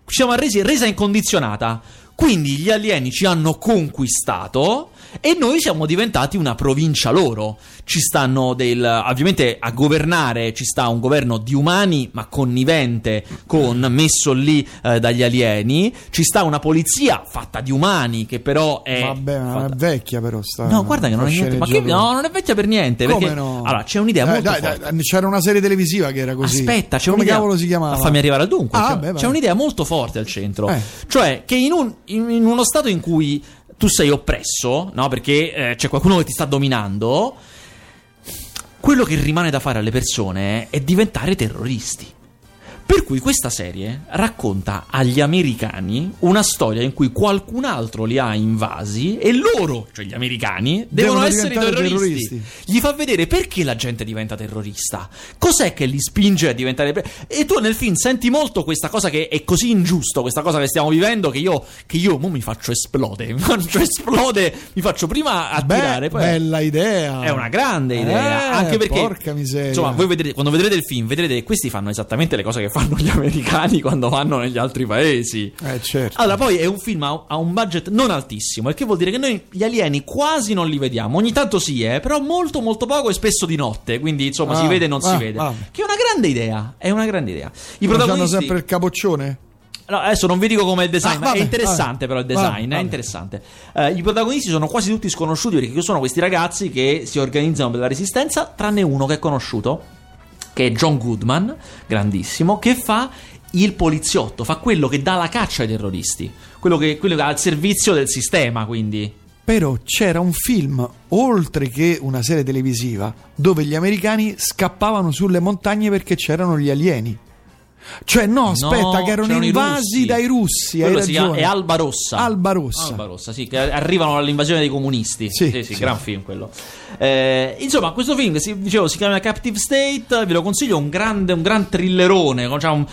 Speaker 2: ci siamo arresi resa incondizionata. Quindi gli alieni ci hanno conquistato e noi siamo diventati una provincia loro. Ci stanno del ovviamente a governare ci sta un governo di umani, ma connivente con messo lì eh, dagli alieni, ci sta una polizia fatta di umani che però è
Speaker 1: Eh, Vabbè, ma
Speaker 2: Eh, fatta-
Speaker 1: è vecchia però sta.
Speaker 2: No, guarda che non è
Speaker 1: sta
Speaker 2: niente, ma che,
Speaker 1: sceneggiatura.
Speaker 2: no, non è vecchia per niente,
Speaker 1: Come
Speaker 2: perché
Speaker 1: no? Eh,
Speaker 2: allora c'è un'idea
Speaker 1: Dai,
Speaker 2: molto
Speaker 1: dai,
Speaker 2: forte.
Speaker 1: dai, c'era una serie televisiva che era così.
Speaker 2: Aspetta, c'è
Speaker 1: Come
Speaker 2: un'idea.
Speaker 1: cavolo si chiamava?
Speaker 2: Ah, Fammi arrivare al dunque.
Speaker 1: Ah,
Speaker 2: c'è,
Speaker 1: beh, vai.
Speaker 2: c'è un'idea molto forte al centro.
Speaker 1: Eh.
Speaker 2: Cioè, che in, un- in- in uno stato in cui tu sei oppresso, no? Perché eh, c'è qualcuno che ti sta dominando. Quello che rimane da fare alle persone è diventare terroristi. Per cui questa serie racconta agli americani una storia in cui qualcun altro li ha invasi e loro, cioè gli americani, devono,
Speaker 1: Devono
Speaker 2: essere i
Speaker 1: diventare
Speaker 2: terroristi. Gli fa vedere perché la gente diventa terrorista. Cos'è che li spinge a diventare. pre- E tu nel film senti molto questa cosa che è così ingiusto, questa cosa che stiamo vivendo, che io, che io mo mi faccio esplodere. Mi faccio esplodere, mi faccio prima
Speaker 1: Beh,
Speaker 2: attirare. Poi
Speaker 1: bella idea.
Speaker 2: è una grande idea.
Speaker 1: Eh,
Speaker 2: anche perché.
Speaker 1: Porca miseria.
Speaker 2: Insomma, voi vedrete, quando vedrete il film, vedrete che questi fanno esattamente le cose che fanno gli americani quando vanno negli altri paesi.
Speaker 1: Eh, certo.
Speaker 2: Allora, poi è un film a, a un budget non altissimo, il che vuol dire che noi gli alieni quasi non li vediamo. Ogni tanto sì, eh, però molto molto poco e spesso di notte. Quindi, insomma, si
Speaker 1: Ah,
Speaker 2: vede e non si
Speaker 1: ah,
Speaker 2: vede.
Speaker 1: ah.
Speaker 2: Che è una grande idea. È una grande idea. I
Speaker 1: Non c'hanno
Speaker 2: protagonisti.
Speaker 1: sempre il capoccione?
Speaker 2: No, adesso non vi dico com'è il design,
Speaker 1: Ah,
Speaker 2: ma
Speaker 1: vabbè,
Speaker 2: è
Speaker 1: vabbè,
Speaker 2: interessante però il design,
Speaker 1: vabbè,
Speaker 2: è
Speaker 1: vabbè.
Speaker 2: interessante. Eh, I protagonisti sono quasi tutti sconosciuti perché sono questi ragazzi che si organizzano per la resistenza, tranne uno che è conosciuto, che è John Goodman, grandissimo, che fa il poliziotto, fa quello che dà la caccia ai terroristi, quello che, quello che ha il servizio del sistema, quindi.
Speaker 1: però c'era un film, oltre che una serie televisiva, dove gli americani scappavano sulle montagne perché c'erano gli alieni. Cioè, no, aspetta, che erano
Speaker 2: c'erano i
Speaker 1: invasi
Speaker 2: russi.
Speaker 1: dai russi.
Speaker 2: Quello
Speaker 1: hai
Speaker 2: si chiama-
Speaker 1: ragione.
Speaker 2: è Alba Rossa.
Speaker 1: Alba Rossa.
Speaker 2: Alba sì, che arrivano all'invasione dei comunisti.
Speaker 1: Sì,
Speaker 2: Sì, sì,
Speaker 1: sì.
Speaker 2: gran film quello. Eh, insomma, questo film, si, dicevo, si chiama Captive State, ve lo consiglio, è un, grande, un gran thrillerone, con- cioè un... un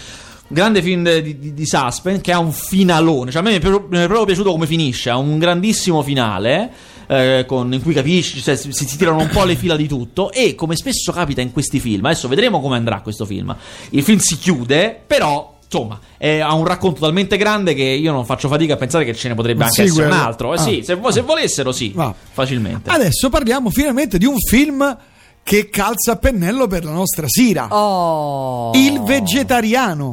Speaker 2: grande film de- di, di- di suspense che ha un finalone. Cioè, a me mi è, proprio- mi è proprio piaciuto come finisce. Ha un grandissimo finale. eh, con- in cui capisci, cioè, si, si tirano un po' le fila di tutto. E come spesso capita in questi film, adesso vedremo come andrà questo film. Il film si chiude, però. Insomma, è- ha un racconto talmente grande che io non faccio fatica a pensare che ce ne potrebbe
Speaker 1: Un
Speaker 2: anche essere un
Speaker 1: sequel?
Speaker 2: altro. Eh
Speaker 1: Ah.
Speaker 2: sì, se, vo- se volessero, sì,
Speaker 1: Ah.
Speaker 2: facilmente.
Speaker 1: Adesso parliamo finalmente di un film che calza a pennello per la nostra Sira.
Speaker 3: Oh.
Speaker 1: Il vegetariano.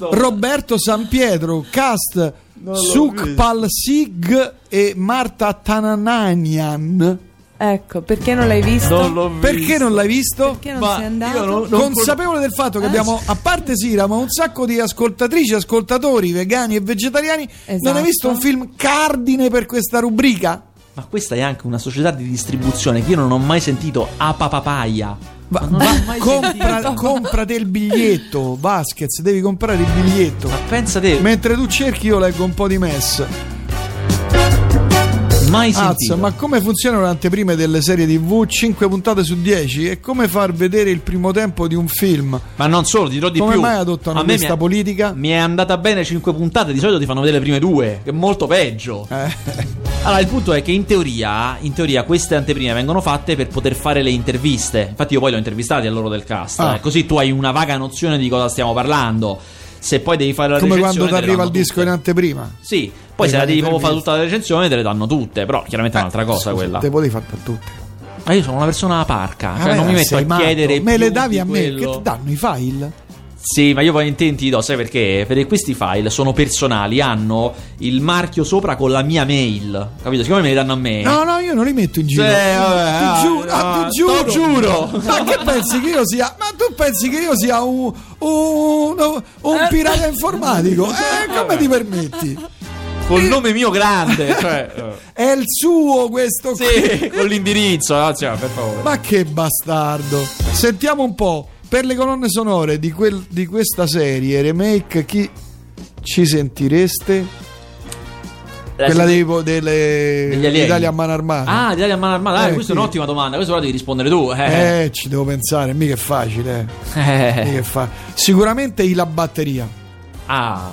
Speaker 2: Ro-
Speaker 1: Roberto San Pietro, cast Sukpal Sig e Marta Tanananian.
Speaker 4: Ecco, perché non l'hai visto?
Speaker 2: non l'ho
Speaker 1: Perché non l'hai visto?
Speaker 4: Perché non
Speaker 2: Ma
Speaker 4: sei Ah, andato?
Speaker 2: io non-
Speaker 1: Consapevole del fatto che abbiamo, a parte Sira, ma un sacco di ascoltatrici, ascoltatori, vegani e vegetariani, non hai
Speaker 4: Esatto.
Speaker 1: visto un film cardine per questa rubrica?
Speaker 2: Ma questa è anche una società di distribuzione che io non ho mai sentito a papapaglia.
Speaker 1: Va- va- compra- comprate il biglietto, Vasquez, devi comprare il biglietto.
Speaker 2: Ma pensa te,
Speaker 1: Mentre tu cerchi io leggo un po' di mess.
Speaker 2: mai sentito.
Speaker 1: Azza, ma come funzionano le anteprime delle serie TV? 5 puntate su 10? E come far vedere il primo tempo di un film?
Speaker 2: Ma non solo, ti dirò di
Speaker 1: Come
Speaker 2: più.
Speaker 1: mai adottano
Speaker 2: A me
Speaker 1: questa
Speaker 2: mi è-
Speaker 1: politica?
Speaker 2: Mi è andata bene 5 puntate, di solito ti fanno vedere le prime due, che è molto peggio.
Speaker 1: Eh,
Speaker 2: Allora, il punto è che in teoria, in teoria queste anteprime vengono fatte per poter fare le interviste. Infatti, io poi li ho intervistati a loro del cast.
Speaker 1: Ah.
Speaker 2: eh, Così tu hai una vaga nozione di cosa stiamo parlando. Se poi devi fare la
Speaker 1: come quando
Speaker 2: recensione,
Speaker 1: ti
Speaker 2: te le
Speaker 1: arriva il
Speaker 2: danno
Speaker 1: disco
Speaker 2: tutte.
Speaker 1: in anteprima.
Speaker 2: Sì, poi
Speaker 1: Eh,
Speaker 2: se la
Speaker 1: le
Speaker 2: devi proprio fare
Speaker 1: interviste.
Speaker 2: tutta la recensione, te le danno tutte. Però chiaramente è un'altra cosa
Speaker 1: Ah, Scusa,
Speaker 2: quella.
Speaker 1: Te potevi fare per tutte.
Speaker 2: Ma io sono una persona parca,
Speaker 1: Ah,
Speaker 2: cioè non
Speaker 1: beh,
Speaker 2: mi metto
Speaker 1: sei
Speaker 2: a
Speaker 1: matto.
Speaker 2: chiedere.
Speaker 1: Me
Speaker 2: più
Speaker 1: le davi
Speaker 2: di
Speaker 1: a me,
Speaker 2: quello.
Speaker 1: che ti danno i file?
Speaker 2: Sì, ma io poi intenti do, sai perché? Perché questi file sono personali, hanno il marchio sopra con la mia mail. Capito? Siccome me li danno a me.
Speaker 1: No, no, io non li metto in giro.
Speaker 2: Cioè, Eh. vabbè,
Speaker 1: ti
Speaker 2: ah,
Speaker 1: giuro, ah,
Speaker 2: ah,
Speaker 1: ti giuro.
Speaker 2: te lo giuro.
Speaker 1: Ma che pensi che io sia? Ma tu pensi che io sia un, un, un
Speaker 2: Eh.
Speaker 1: pirata informatico? Eh, come ti permetti?
Speaker 2: Col nome mio grande, cioè. eh.
Speaker 1: È il suo questo qui.
Speaker 2: Sì, con l'indirizzo, no? Cioè, per favore.
Speaker 1: Ma che bastardo. Sentiamo un po'. Per le colonne sonore di, quel- di questa serie, remake, chi ci sentireste? Quella dei, po- delle,
Speaker 2: Degli alieni.
Speaker 1: Italia a mano armata.
Speaker 2: Ah, di Italia Man Armata.
Speaker 1: Eh,
Speaker 2: questa è
Speaker 1: sì.
Speaker 2: un'ottima domanda. Questo però devi rispondere tu. Eh.
Speaker 1: Eh, ci devo pensare, mica è facile. eh.
Speaker 2: Eh.
Speaker 1: Mica è fa- Sicuramente i la batteria.
Speaker 2: Ah,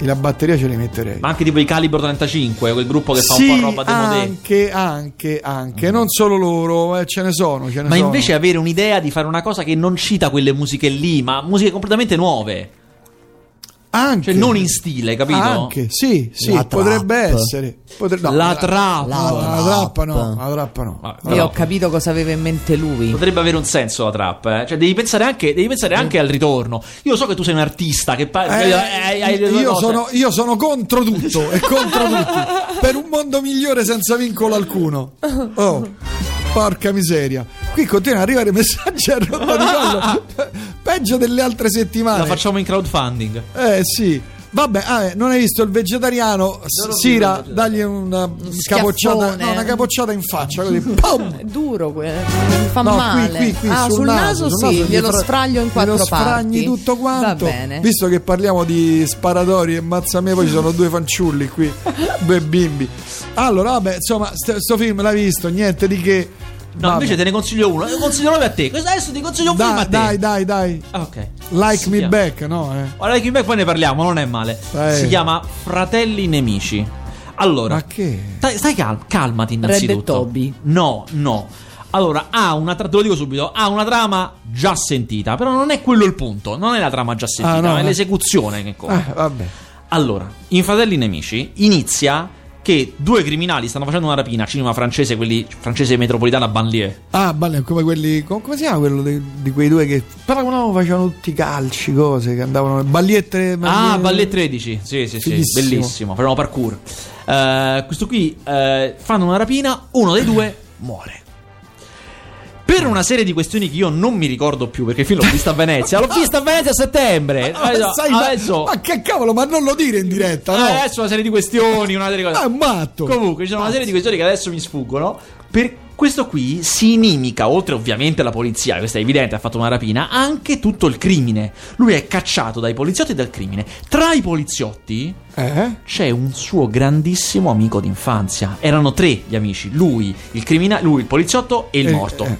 Speaker 1: I la batteria ce li metterei.
Speaker 2: ma anche tipo i Calibro 35, quel gruppo che fa
Speaker 1: sì, ah,
Speaker 2: un po' roba demo
Speaker 1: anche, anche, anche. Non solo loro, eh, ce ne sono. ce ne
Speaker 2: Ma
Speaker 1: sono.
Speaker 2: invece avere un'idea di fare una cosa che non cita quelle musiche lì, ma musiche completamente nuove.
Speaker 1: Anche.
Speaker 2: Cioè, non in stile, capito?
Speaker 1: Anche, sì, sì,
Speaker 3: La
Speaker 1: potrebbe
Speaker 3: trap.
Speaker 1: essere. Potre- no,
Speaker 2: la
Speaker 1: la- no,
Speaker 2: trap.
Speaker 1: la trappa no, la trappa no.
Speaker 2: Vabbè,
Speaker 1: La
Speaker 3: Io
Speaker 2: però
Speaker 3: ho capito cosa aveva in mente lui.
Speaker 2: Potrebbe avere un senso la trap, eh? cioè devi pensare anche, devi pensare anche al ritorno. Io so che tu sei un artista, che pa-
Speaker 1: Eh,
Speaker 2: hai- hai- hai le tue
Speaker 1: io,
Speaker 2: cose.
Speaker 1: sono, io sono contro tutto e contro tutti per un mondo migliore senza vincolo alcuno. Oh, porca miseria. Qui continuano ad arrivare messaggi a rotta di collo. Peggio delle altre settimane.
Speaker 2: La facciamo in crowdfunding.
Speaker 1: Eh sì. Vabbè, ah, eh, non hai visto il vegetariano? S-
Speaker 2: Non ho visto il
Speaker 1: Sira,
Speaker 2: vegetariano.
Speaker 1: dagli una capocciata,
Speaker 3: schiaffone.
Speaker 1: no, una capocciata in faccia. Così, pam!
Speaker 3: È duro quello. Mi fa
Speaker 1: No, qui,
Speaker 3: male.
Speaker 1: qui, qui,
Speaker 3: ah,
Speaker 1: sul
Speaker 3: sul naso,
Speaker 1: naso, sul
Speaker 3: sì,
Speaker 1: naso gli
Speaker 3: glielo
Speaker 1: fra-
Speaker 3: sfraglio in quattro
Speaker 1: Lo
Speaker 3: parti.
Speaker 1: sfragni tutto quanto.
Speaker 3: Va bene.
Speaker 1: Visto che parliamo di sparatori e mazza mia, poi ci sono due fanciulli qui, due bimbi. Allora, vabbè, insomma, st- sto film l'hai visto, niente di che.
Speaker 2: No,
Speaker 1: Vabbè.
Speaker 2: invece te ne consiglio uno. Io consiglio proprio a te. Cosa adesso ti consiglio un film a
Speaker 1: dai,
Speaker 2: te?
Speaker 1: dai, dai, dai.
Speaker 2: Ah, ok.
Speaker 1: Like
Speaker 2: Si
Speaker 1: me
Speaker 2: chiama-
Speaker 1: back, no? Eh.
Speaker 2: Ora Like Me Back poi ne parliamo, non è male.
Speaker 1: Eh.
Speaker 2: Si chiama Fratelli Nemici. Allora,
Speaker 1: Ma che?
Speaker 2: Stai, stai calm- calmati
Speaker 3: Red e
Speaker 2: innanzitutto.
Speaker 3: Toby.
Speaker 2: No, no. Allora, ha una tra- te lo dico subito, ha una trama già sentita, però non è quello il punto, non è la trama già sentita,
Speaker 1: Ah, no,
Speaker 2: ma è
Speaker 1: eh.
Speaker 2: l'esecuzione che conta.
Speaker 1: Ah, vabbè.
Speaker 2: Allora, in Fratelli Nemici inizia che due criminali stanno facendo una rapina, cinema francese, quelli francese metropolitana banlieue.
Speaker 1: Ah, bello, è come quelli. com- Come si chiama quello di, di quei due che paragonavano, facevano tutti i calci, cose che andavano. Balliette.
Speaker 2: Ah,
Speaker 1: balliette-
Speaker 2: Ballet 13. Sì, sì, sì,
Speaker 1: Fighissimo.
Speaker 2: bellissimo. Facciamo parkour. Eh, questo qui eh, fanno una rapina, uno dei due muore. Per una serie di questioni che io non mi ricordo più, perché il film l'ho vista a Venezia. L'ho vista a Venezia a settembre.
Speaker 1: Ma
Speaker 2: Adesso-
Speaker 1: Ah, sai, ma-
Speaker 2: Eh, adesso, Eh,
Speaker 1: ma, che cavolo, ma non lo dire in diretta, no? Ah,
Speaker 2: adesso una serie di questioni, una serie
Speaker 1: Ma
Speaker 2: di
Speaker 1: è
Speaker 2: cose.
Speaker 1: un matto.
Speaker 2: Comunque, ci sono una serie di questioni che adesso mi sfuggono. Per questo qui si inimica, oltre ovviamente alla polizia, questo è evidente, ha fatto una rapina, anche tutto il crimine. Lui è cacciato dai poliziotti e dal crimine. Tra i poliziotti
Speaker 1: Eh?
Speaker 2: c'è un suo grandissimo amico d'infanzia. Erano tre gli amici, lui, il crimina- lui, il poliziotto e il
Speaker 1: Eh,
Speaker 2: morto.
Speaker 1: eh,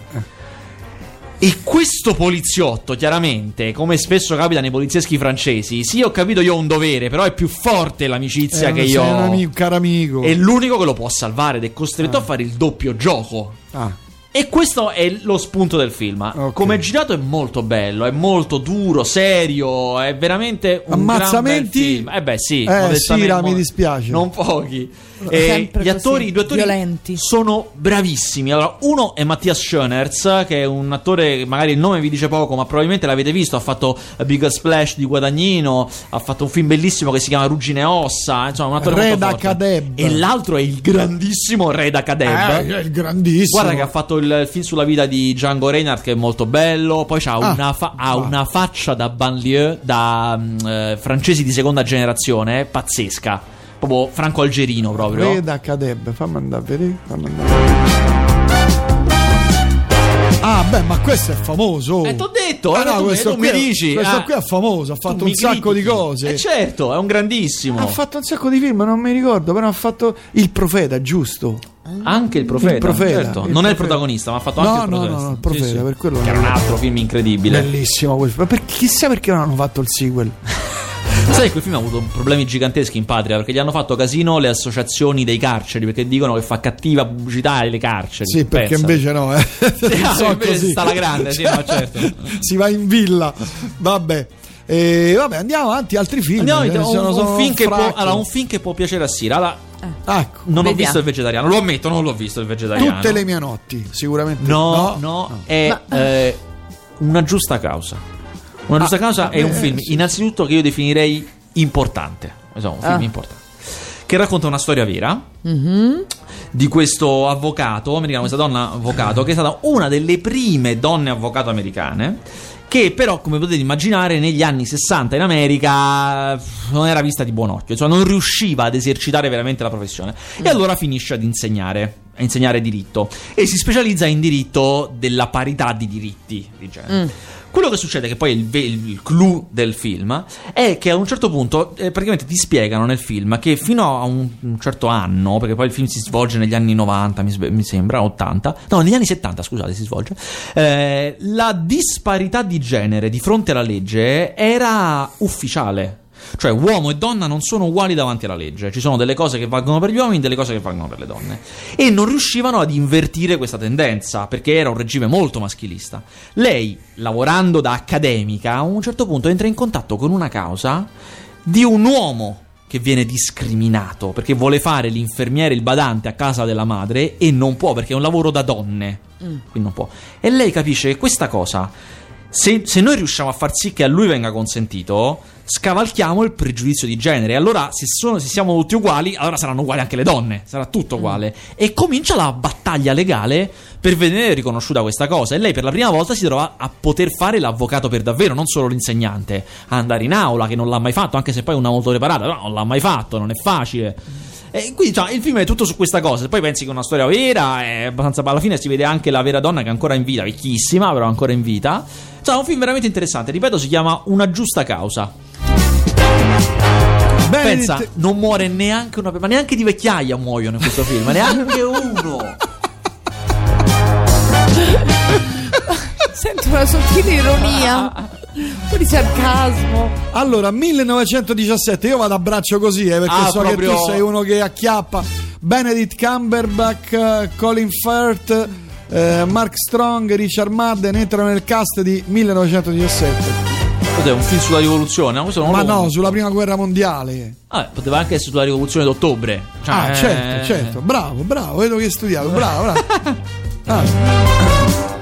Speaker 2: E questo poliziotto, chiaramente, come spesso capita nei polizieschi francesi, sì, ho capito io ho un dovere, però è più forte l'amicizia
Speaker 1: Eh,
Speaker 2: che
Speaker 1: sei
Speaker 2: io
Speaker 1: Un,
Speaker 2: ho.
Speaker 1: ami- un caro amico.
Speaker 2: È l'unico che lo può salvare ed è costretto a fare il doppio gioco.
Speaker 1: Ah,
Speaker 2: E questo è lo spunto del film.
Speaker 1: Ok.
Speaker 2: Come è girato è molto bello, è molto duro, serio, è veramente un
Speaker 1: Ammazzamenti?
Speaker 2: gran bel film. Eh beh, sì,
Speaker 1: Eh,
Speaker 2: modestamente
Speaker 1: Sira,
Speaker 2: mo-
Speaker 1: mi dispiace.
Speaker 2: Non pochi.
Speaker 3: Sempre
Speaker 2: E gli
Speaker 3: così,
Speaker 2: attori, i due attori
Speaker 3: violenti.
Speaker 2: sono bravissimi. Allora, uno è Mattias Schönerz, che è un attore che magari il nome vi dice poco, ma probabilmente l'avete visto, ha fatto Big Splash di Guadagnino, ha fatto un film bellissimo che si chiama Ruggine e Ossa, insomma, un attore
Speaker 1: Reda
Speaker 2: molto forte.
Speaker 1: Kadeb.
Speaker 2: E l'altro è il grandissimo Reda Kadeb.
Speaker 1: Eh, è il grandissimo.
Speaker 2: Guarda che ha fatto il film sulla vita di Django Reinhardt che è molto bello, poi c'ha
Speaker 1: Ah,
Speaker 2: una fa- ha
Speaker 1: ah.
Speaker 2: una faccia da banlieue, da mm, eh, francesi di seconda generazione, pazzesca, proprio franco-algerino proprio.
Speaker 1: Reda Cadeb, fammi andare a vedere. fammi andare. Ah, beh, ma questo è famoso.
Speaker 2: Eh, t'ho detto, eh, tu- eh, tu mi
Speaker 1: qui è-
Speaker 2: dici,
Speaker 1: Ah, Questo
Speaker 2: ah.
Speaker 1: qui è famoso, ha fatto
Speaker 2: Tu
Speaker 1: un
Speaker 2: mi
Speaker 1: sacco
Speaker 2: critichi.
Speaker 1: di cose.
Speaker 2: Eh certo, è un grandissimo.
Speaker 1: Ha fatto un sacco di film, non mi ricordo, però ha fatto Il Profeta, giusto?
Speaker 2: anche il profeta,
Speaker 1: Il profeta,
Speaker 2: certo.
Speaker 1: il
Speaker 2: non è il
Speaker 1: profeta.
Speaker 2: protagonista, ma ha fatto
Speaker 1: No,
Speaker 2: anche il
Speaker 1: no, no,
Speaker 2: protagonista.
Speaker 1: no, il profeta, per quello
Speaker 2: Che era
Speaker 1: no.
Speaker 2: un altro film incredibile.
Speaker 1: Bellissimo questo. Ma per- chissà perché non hanno fatto il sequel.
Speaker 2: Sai che quel film ha avuto problemi giganteschi in patria perché gli hanno fatto casino le associazioni dei carceri perché dicono che fa cattiva pubblicità alle carceri.
Speaker 1: Sì, perché
Speaker 2: Pensa.
Speaker 1: invece no, eh.
Speaker 2: no,
Speaker 1: So
Speaker 2: Ah, invece sta la grande, sì, no, certo.
Speaker 1: si va in villa. Vabbè. E vabbè, andiamo avanti, altri film.
Speaker 2: Andiamo
Speaker 1: Ce ne
Speaker 2: avanti,
Speaker 1: sono-
Speaker 2: un,
Speaker 1: sono
Speaker 2: un film che può,
Speaker 1: fracco.
Speaker 2: allora, un film che può piacere a Sira. Allora,
Speaker 1: Ecco,
Speaker 2: non ho
Speaker 3: Vediamo.
Speaker 2: visto il vegetariano, lo ammetto, non l'ho visto il vegetariano.
Speaker 1: tutte le mie notti, sicuramente.
Speaker 2: No, no, è eh, una giusta causa. Una giusta causa
Speaker 1: beh,
Speaker 2: è un film,
Speaker 1: Ah, eh, sì.
Speaker 2: innanzitutto, che io definirei importante. Insomma, un film
Speaker 3: Ah.
Speaker 2: importante. Che racconta una storia vera
Speaker 3: Mhm.
Speaker 2: di questo avvocato americano, questa donna avvocato, che è stata una delle prime donne avvocato americane. Che però, come potete immaginare, negli anni 60 in America pff, non era vista di buon occhio, insomma, non riusciva ad esercitare veramente la professione. E allora finisce ad insegnare, a insegnare diritto. E si specializza in diritto della parità di diritti di genere.
Speaker 3: Mm.
Speaker 2: Quello che succede, che poi è il, ve- il clou del film, è che a un certo punto eh, praticamente ti spiegano nel film che fino a un, un certo anno, perché poi il film si svolge negli anni 90, mi, sve- mi sembra, 80, no, negli anni 70, scusate, si svolge, eh, la disparità di genere di fronte alla legge era ufficiale. Cioè, uomo e donna non sono uguali davanti alla legge. Ci sono delle cose che valgono per gli uomini, delle cose che valgono per le donne. E non riuscivano ad invertire questa tendenza, perché era un regime molto maschilista. Lei, lavorando da accademica, a un certo punto entra in contatto con una causa di un uomo che viene discriminato perché vuole fare l'infermiere, il badante a casa della madre e non può perché è un lavoro da donne. Quindi non può. E lei capisce che questa cosa, se, se noi riusciamo a far sì che a lui venga consentito, scavalchiamo il pregiudizio di genere. E Allora, se, sono- se siamo tutti uguali, allora saranno uguali anche le donne, sarà tutto uguale. E comincia la battaglia legale per vedere riconosciuta questa cosa. E lei per la prima volta si trova a poter fare l'avvocato per davvero, non solo l'insegnante, a andare in aula, che non l'ha mai fatto, anche se poi è una motoreparata, però non l'ha mai fatto, non è facile. E quindi cioè, il film è tutto su questa cosa. Poi pensi che è una storia vera, è abbastanza alla fine si vede anche la vera donna che è ancora in vita, vecchissima, però ancora in vita. Cioè, è un film veramente interessante. Ripeto, si chiama Una giusta causa.
Speaker 1: Ah. Bene,
Speaker 2: Pensa,
Speaker 1: niente-
Speaker 2: non muore neanche una ma neanche di vecchiaia muoiono in questo film, neanche uno.
Speaker 3: Sento una sottile ironia, un po' di sarcasmo.
Speaker 1: Allora, 1917, io vado a braccio così, eh, perché
Speaker 2: Ah,
Speaker 1: so
Speaker 2: proprio-
Speaker 1: che tu sei uno che acchiappa. Benedict Cumberbatch, eh, Colin Firth, eh, Mark Strong, Richard Madden entrano nel cast di 1917.
Speaker 2: Cos'è un film sulla rivoluzione? No, questo non
Speaker 1: Ma
Speaker 2: lo-
Speaker 1: no, sulla prima guerra mondiale.
Speaker 2: Ah, poteva anche essere sulla rivoluzione d'ottobre. Cioè,
Speaker 1: Ah,
Speaker 2: eh,
Speaker 1: certo, certo. Bravo, bravo, vedo che hai studiato. Bravo, bravo. Ah,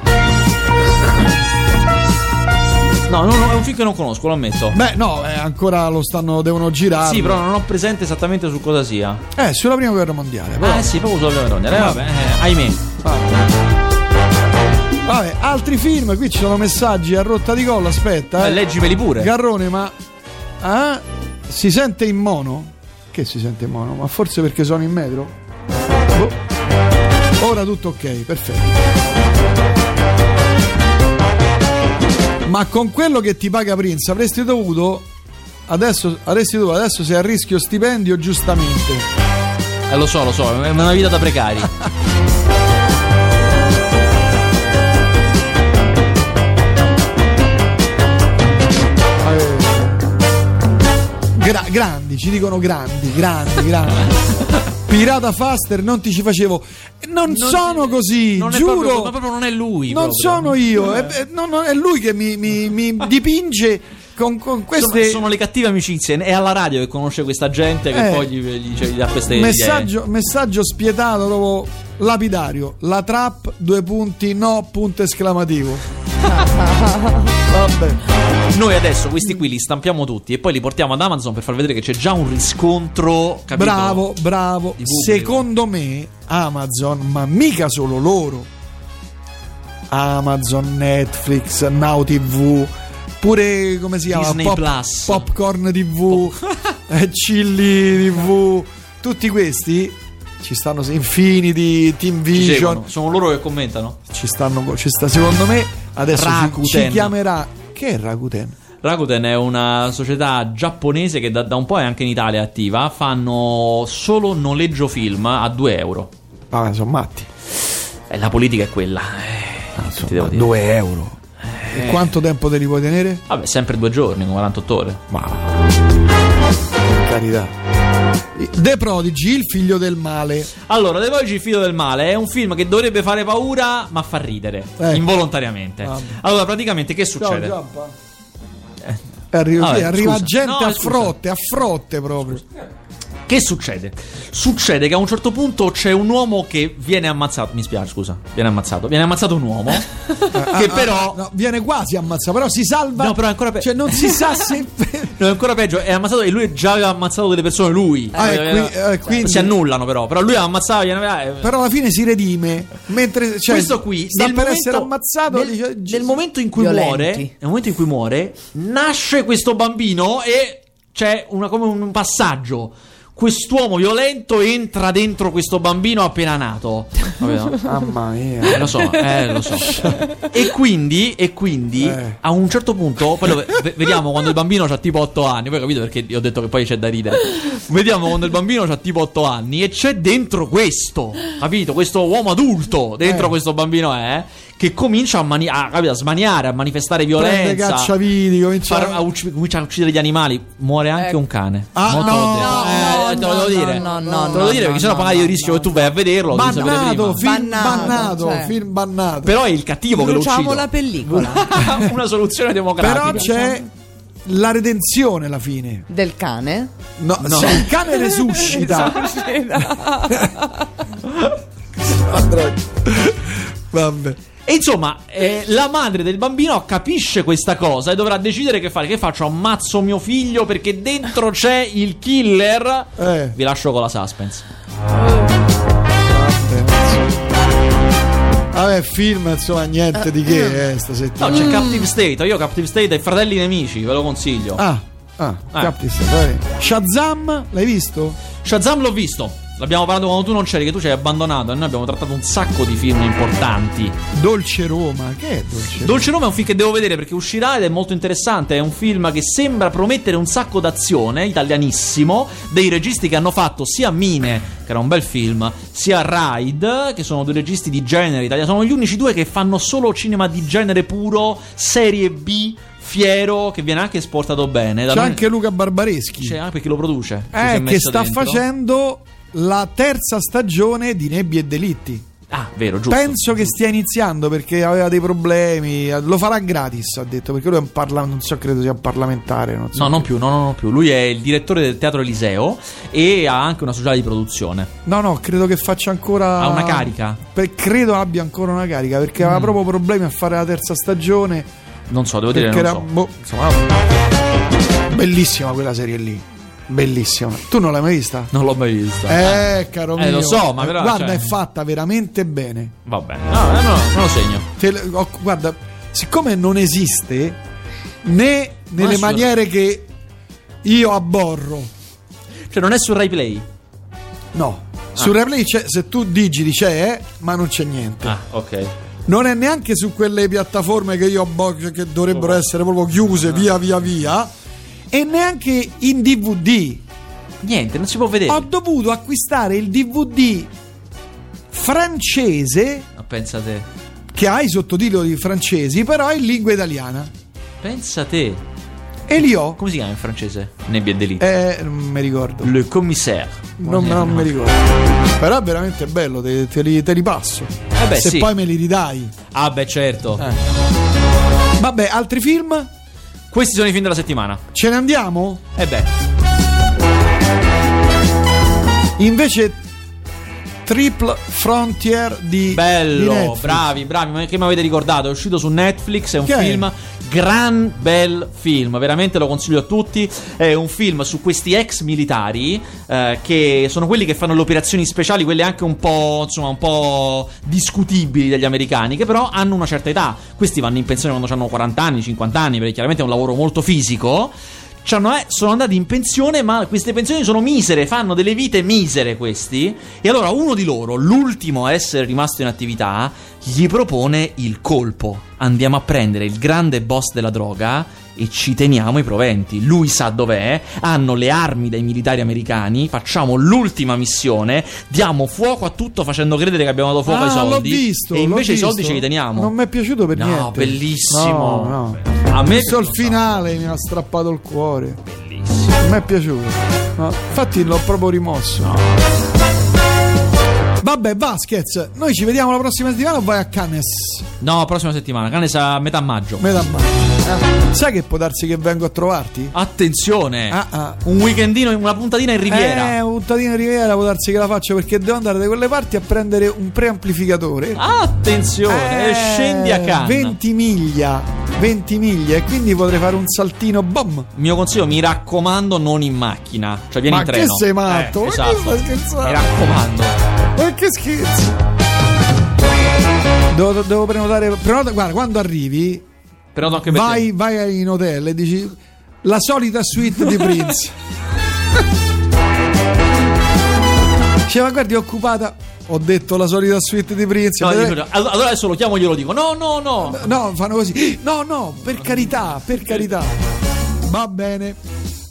Speaker 2: No, no, no, è un film che non conosco, lo ammetto.
Speaker 1: beh, no, eh, ancora lo stanno, devono girare.
Speaker 2: Sì, però non ho presente esattamente su cosa sia.
Speaker 1: Eh, sulla prima guerra mondiale. però.
Speaker 2: eh, Ah, sì, proprio sulla prima donna. Eh, vabbè, eh, ahimè.
Speaker 1: Vabbè, altri film, qui ci sono messaggi a rotta di collo, aspetta.
Speaker 2: Eh,
Speaker 1: Eh.
Speaker 2: leggimeli pure.
Speaker 1: Garrone, ma ah, si sente in mono? Che si sente in mono? Ma forse perché sono in metro? Boh. Ora tutto ok, perfetto. Ma con quello che ti paga Prince avresti dovuto adesso avresti dovuto adesso sei a rischio stipendio giustamente.
Speaker 2: Eh, lo so, lo so, è una vita da precari.
Speaker 1: Gra- grandi, ci dicono grandi, grandi, grandi. Pirata Faster non ti ci facevo. Non, sono così,
Speaker 2: non è
Speaker 1: giuro.
Speaker 2: proprio- ma proprio non è lui.
Speaker 1: Non
Speaker 2: proprio.
Speaker 1: sono io, è, è- no, no, è lui che mi, mi- mi dipinge con, con
Speaker 2: Insomma,
Speaker 1: queste
Speaker 2: sono le cattive amicizie. È alla radio che conosce questa gente che
Speaker 1: Eh.
Speaker 2: poi gli, gli- cioè, gli dà queste idee.
Speaker 1: messaggio, messaggio spietato proprio lapidario. La trap, due punti, no, punto esclamativo. Vabbè.
Speaker 2: Noi adesso questi qui li stampiamo tutti e poi li portiamo ad Amazon per far vedere che c'è già un riscontro. Capito?
Speaker 1: Bravo, bravo.
Speaker 2: Di pubblico.
Speaker 1: Secondo me Amazon, ma mica solo loro. Amazon, Netflix, Now TV, pure come si chiama?
Speaker 2: Disney Plus.
Speaker 1: Popcorn TV, eh, Chilli TV, tutti questi ci stanno su Infinity, Team
Speaker 2: Ci
Speaker 1: Vision,
Speaker 2: seguono, Sono loro che commentano.
Speaker 1: ci stanno co- ci sta secondo me adesso ci, ci
Speaker 2: Rakuten.
Speaker 1: chiamerà che è Rakuten?
Speaker 2: Rakuten è una società giapponese che da, da un po' è anche in Italia attiva. Fanno solo noleggio film a 2 euro.
Speaker 1: Ah, sono matti.
Speaker 2: E la politica è quella. Eh, che ti devo dire.
Speaker 1: 2 euro.
Speaker 2: Eh.
Speaker 1: E quanto tempo te li puoi tenere?
Speaker 2: Vabbè, sempre due giorni, 48 ore.
Speaker 1: Ma carità. The Prodigy, il figlio del male.
Speaker 2: Allora, The Voyage, il figlio del male è un film che dovrebbe fare paura, ma fa ridere
Speaker 1: Eh.
Speaker 2: involontariamente.
Speaker 1: Vabbè.
Speaker 2: Allora, praticamente, che succede?
Speaker 1: Cioè, Eh, Arriva,
Speaker 2: Vabbè,
Speaker 1: arriva
Speaker 2: scusa.
Speaker 1: gente
Speaker 2: No,
Speaker 1: a
Speaker 2: scusa.
Speaker 1: frotte, a frotte proprio.
Speaker 2: Che succede? Succede che a un certo punto c'è un uomo che viene ammazzato. Mi spiace, scusa. Viene ammazzato. Viene ammazzato un uomo. che Eh,
Speaker 1: Eh.
Speaker 2: però.
Speaker 1: Ah, No, viene quasi ammazzato, però si salva.
Speaker 2: No, però è ancora pe-
Speaker 1: Cioè, non si sa se.
Speaker 2: no, è ancora peggio, è ammazzato e lui già aveva ammazzato delle persone. Lui
Speaker 1: Ah, e qui- eh,
Speaker 2: Cioè,
Speaker 1: quindi-
Speaker 2: si annullano, però. Però lui ha ammazzato. Viene... eh,
Speaker 1: però alla fine si redime. Mentre, cioè,
Speaker 2: questo qui
Speaker 1: sta
Speaker 2: nel
Speaker 1: per
Speaker 2: momento-
Speaker 1: essere ammazzato.
Speaker 2: nel,
Speaker 1: dice,
Speaker 2: nel
Speaker 1: Gesù.
Speaker 2: momento in cui
Speaker 4: Violenti.
Speaker 2: muore nel momento in cui muore nasce questo bambino e c'è una- come un passaggio quest'uomo violento entra dentro questo bambino appena nato Capito?
Speaker 1: Mamma mia.
Speaker 2: Eh, lo so, eh, lo so. E quindi, e quindi
Speaker 1: Eh.
Speaker 2: a un certo punto, poi lo ve- ve- vediamo quando il bambino ha tipo 8 anni. Voi capite perché io ho detto che poi c'è da ridere. Vediamo quando il bambino ha tipo 8 anni e c'è dentro questo, capito? Questo uomo adulto dentro
Speaker 1: Eh.
Speaker 2: questo bambino è. Che comincia a, mani- a, capito, a smaniare, a manifestare
Speaker 1: Prende
Speaker 2: violenza,
Speaker 1: cacciaviti, comincia
Speaker 2: far- a ucc- comincia a uccidere gli animali. Muore anche
Speaker 4: Eh.
Speaker 2: un cane.
Speaker 1: Ah,
Speaker 2: Mo te l'ho
Speaker 1: no,
Speaker 2: detto.
Speaker 4: no,
Speaker 2: Eh, te lo
Speaker 4: no,
Speaker 2: devo
Speaker 4: no,
Speaker 2: dire.
Speaker 4: no, no,
Speaker 2: te lo devo
Speaker 4: no,
Speaker 2: dire perché
Speaker 4: no,
Speaker 2: sennò
Speaker 4: no,
Speaker 2: paghi il rischio
Speaker 4: no.
Speaker 2: che tu vai a vederlo. lo devi sapere prima.
Speaker 1: Bannato, film bannato,
Speaker 4: Bannato, cioè.
Speaker 1: film bannato.
Speaker 2: Però è il cattivo che lo uccide.
Speaker 4: Bruciamo la pellicola
Speaker 2: una soluzione democratica.
Speaker 1: Però c'è la redenzione alla fine.
Speaker 4: del cane.
Speaker 1: No,
Speaker 2: No.
Speaker 1: se il cane resuscita.
Speaker 2: Esatto.
Speaker 1: Vabbè.
Speaker 2: E insomma, eh, la madre del bambino capisce questa cosa e dovrà decidere che fare. Che faccio? Ammazzo mio figlio perché dentro c'è il killer.
Speaker 1: Eh.
Speaker 2: Vi lascio con la suspense.
Speaker 1: Vabbè, film, insomma, niente di che eh, sta
Speaker 2: No,
Speaker 1: settimana.
Speaker 2: c'è Captive State. Io Captive State e Fratelli Nemici, ve lo consiglio.
Speaker 1: Ah, ah, Capri Star, vai. Shazam, l'hai visto?
Speaker 2: Shazam l'ho visto. L'abbiamo parlato quando tu non c'eri, che tu ci hai abbandonato. E noi abbiamo trattato un sacco di film importanti.
Speaker 1: Dolce Roma, che è Dolce Roma?
Speaker 2: Dolce Nome è un film che devo vedere perché uscirà ed è molto interessante. È un film che sembra promettere un sacco d'azione, italianissimo, dei registi che hanno fatto sia Mine, che era un bel film, sia Ride, che sono due registi di genere italiano. Sono gli unici due che fanno solo cinema di genere puro, serie B, fiero, che viene anche esportato bene. Da
Speaker 1: C'è
Speaker 2: noi-
Speaker 1: anche Luca Barbareschi.
Speaker 2: c'è anche perché lo produce. ci si è
Speaker 1: eh, che
Speaker 2: messo
Speaker 1: sta
Speaker 2: dentro.
Speaker 1: facendo la terza stagione di Nebbie e Delitti.
Speaker 2: Ah, vero, giusto.
Speaker 1: Penso che stia iniziando perché aveva dei problemi. Lo farà gratis, ha detto, perché lui è un parla- non so, credo sia un parlamentare. Non so.
Speaker 2: No, non più, no, no, non più. Lui è il direttore del Teatro Eliseo e ha anche una società di produzione.
Speaker 1: No, no, credo che faccia ancora.
Speaker 2: Ha una carica?
Speaker 1: Per- credo abbia ancora una carica perché aveva proprio problemi a fare la terza stagione.
Speaker 2: Non so, devo dire,
Speaker 1: perché
Speaker 2: non
Speaker 1: era.
Speaker 2: so.
Speaker 1: boh, insomma, bellissima quella serie lì. Bellissima. Tu non l'hai mai vista?
Speaker 2: Non l'ho mai vista.
Speaker 1: Eh, caro mio.
Speaker 2: Eh, lo so, ma però,
Speaker 1: Guarda,
Speaker 2: cioè-
Speaker 1: è fatta veramente bene.
Speaker 2: Va bene. No, eh, no, non lo segno.
Speaker 1: Te le- oh, guarda, siccome non esiste né nelle
Speaker 2: assolut-
Speaker 1: maniere che io abborro.
Speaker 2: Cioè, non è su Rai Play.
Speaker 1: No. Su Replay c'è, se tu digiti c'è, ma non c'è niente.
Speaker 2: Ah, ok.
Speaker 1: Non è neanche su quelle piattaforme che io abborgo, che dovrebbero essere proprio
Speaker 2: Ah.
Speaker 1: chiuse via via via. E neanche in DVD.
Speaker 2: Niente, non si può vedere.
Speaker 1: Ho dovuto acquistare il DVD francese
Speaker 2: No, pensa te.
Speaker 1: che ha i sottotitoli francesi, però è in lingua italiana.
Speaker 2: Pensa te.
Speaker 1: E li ho.
Speaker 2: Come si chiama in francese? Nebbia delitto.
Speaker 1: Eh, non mi ricordo.
Speaker 2: Le commissaire.
Speaker 1: Non, non mi ricordo. Però è veramente bello, te, te li, te li passo.
Speaker 2: Eh beh,
Speaker 1: Se
Speaker 2: sì.
Speaker 1: poi me li ridai.
Speaker 2: Ah, beh, certo.
Speaker 1: Eh. Vabbè, altri film?
Speaker 2: Questi sono i film della settimana.
Speaker 1: Ce ne andiamo?
Speaker 2: Eh beh.
Speaker 1: Invece Triple Frontier di di
Speaker 2: Bello,
Speaker 1: Netflix.
Speaker 2: bravi, bravi, ma che mi avete ricordato? È uscito su Netflix, è un
Speaker 1: Che è?
Speaker 2: film, gran bel film, veramente lo consiglio a tutti. È un film su questi ex militari eh, che sono quelli che fanno le operazioni speciali, quelle anche un po', insomma, un po' discutibili dagli americani, che però hanno una certa età. Questi vanno in pensione quando hanno 40 anni, 50 anni, perché chiaramente è un lavoro molto fisico. C'hanno- eh, sono andati in pensione, ma queste pensioni sono misere, fanno delle vite misere questi. E allora uno di loro, l'ultimo a essere rimasto in attività, gli propone il colpo. Andiamo a prendere il grande boss della droga e ci teniamo i proventi. Lui sa dov'è, hanno le armi dai militari americani, facciamo l'ultima missione, diamo fuoco a tutto facendo credere che abbiamo dato fuoco
Speaker 1: Ah,
Speaker 2: ai soldi.
Speaker 1: l'ho visto.
Speaker 2: e
Speaker 1: l'ho
Speaker 2: invece
Speaker 1: visto.
Speaker 2: i soldi ce li teniamo.
Speaker 1: Non mi è piaciuto per
Speaker 2: No,
Speaker 1: niente.
Speaker 2: bellissimo.
Speaker 1: No, no.
Speaker 2: A me-
Speaker 1: Visto il finale mi ha strappato il cuore.
Speaker 2: Bellissimo.
Speaker 1: Non mi è piaciuto. No, Infatti l'ho proprio rimosso. Vabbè, Vasquez, noi ci vediamo la prossima settimana o vai a Cannes?
Speaker 2: No, prossima settimana, cane sa metà maggio.
Speaker 1: Metà maggio.
Speaker 2: Eh.
Speaker 1: Sai che può darsi che vengo a trovarti?
Speaker 2: Attenzione!
Speaker 1: Ah, ah.
Speaker 2: Un weekendino, in- una puntatina in Riviera.
Speaker 1: Eh, un puntadino Riviera, può darsi che la faccio perché devo andare da quelle parti a prendere un preamplificatore.
Speaker 2: Attenzione!
Speaker 1: Eh,
Speaker 2: Ah, scendi a Cannes.
Speaker 1: 20 miglia, 20 miglia e quindi potrei fare un saltino bom.
Speaker 2: Mio consiglio, mi raccomando, non in macchina. Cioè, vieni
Speaker 1: Ma
Speaker 2: in
Speaker 1: che
Speaker 2: treno.
Speaker 1: sei matto?
Speaker 2: Eh,
Speaker 1: Ma
Speaker 2: esatto.
Speaker 1: che stai scherzando?
Speaker 2: Mi raccomando.
Speaker 1: Ma Eh, che scherzo! Devo, devo prenotare, prenota- guarda, quando arrivi
Speaker 2: Però non che
Speaker 1: vai, vai in hotel e dici la solita suite di Prince. Dice, ma guardi, è occupata. Ho detto la solita suite di Prince.
Speaker 2: No,
Speaker 1: Vedrai-
Speaker 2: dico, allora allora adesso lo chiamo e glielo dico. No, no, no.
Speaker 1: No, fanno così. No, no, per carità, per carità. Va bene.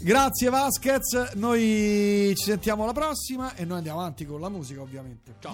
Speaker 1: Grazie Vasquez, noi ci sentiamo alla prossima e noi andiamo avanti con la musica ovviamente. Ciao.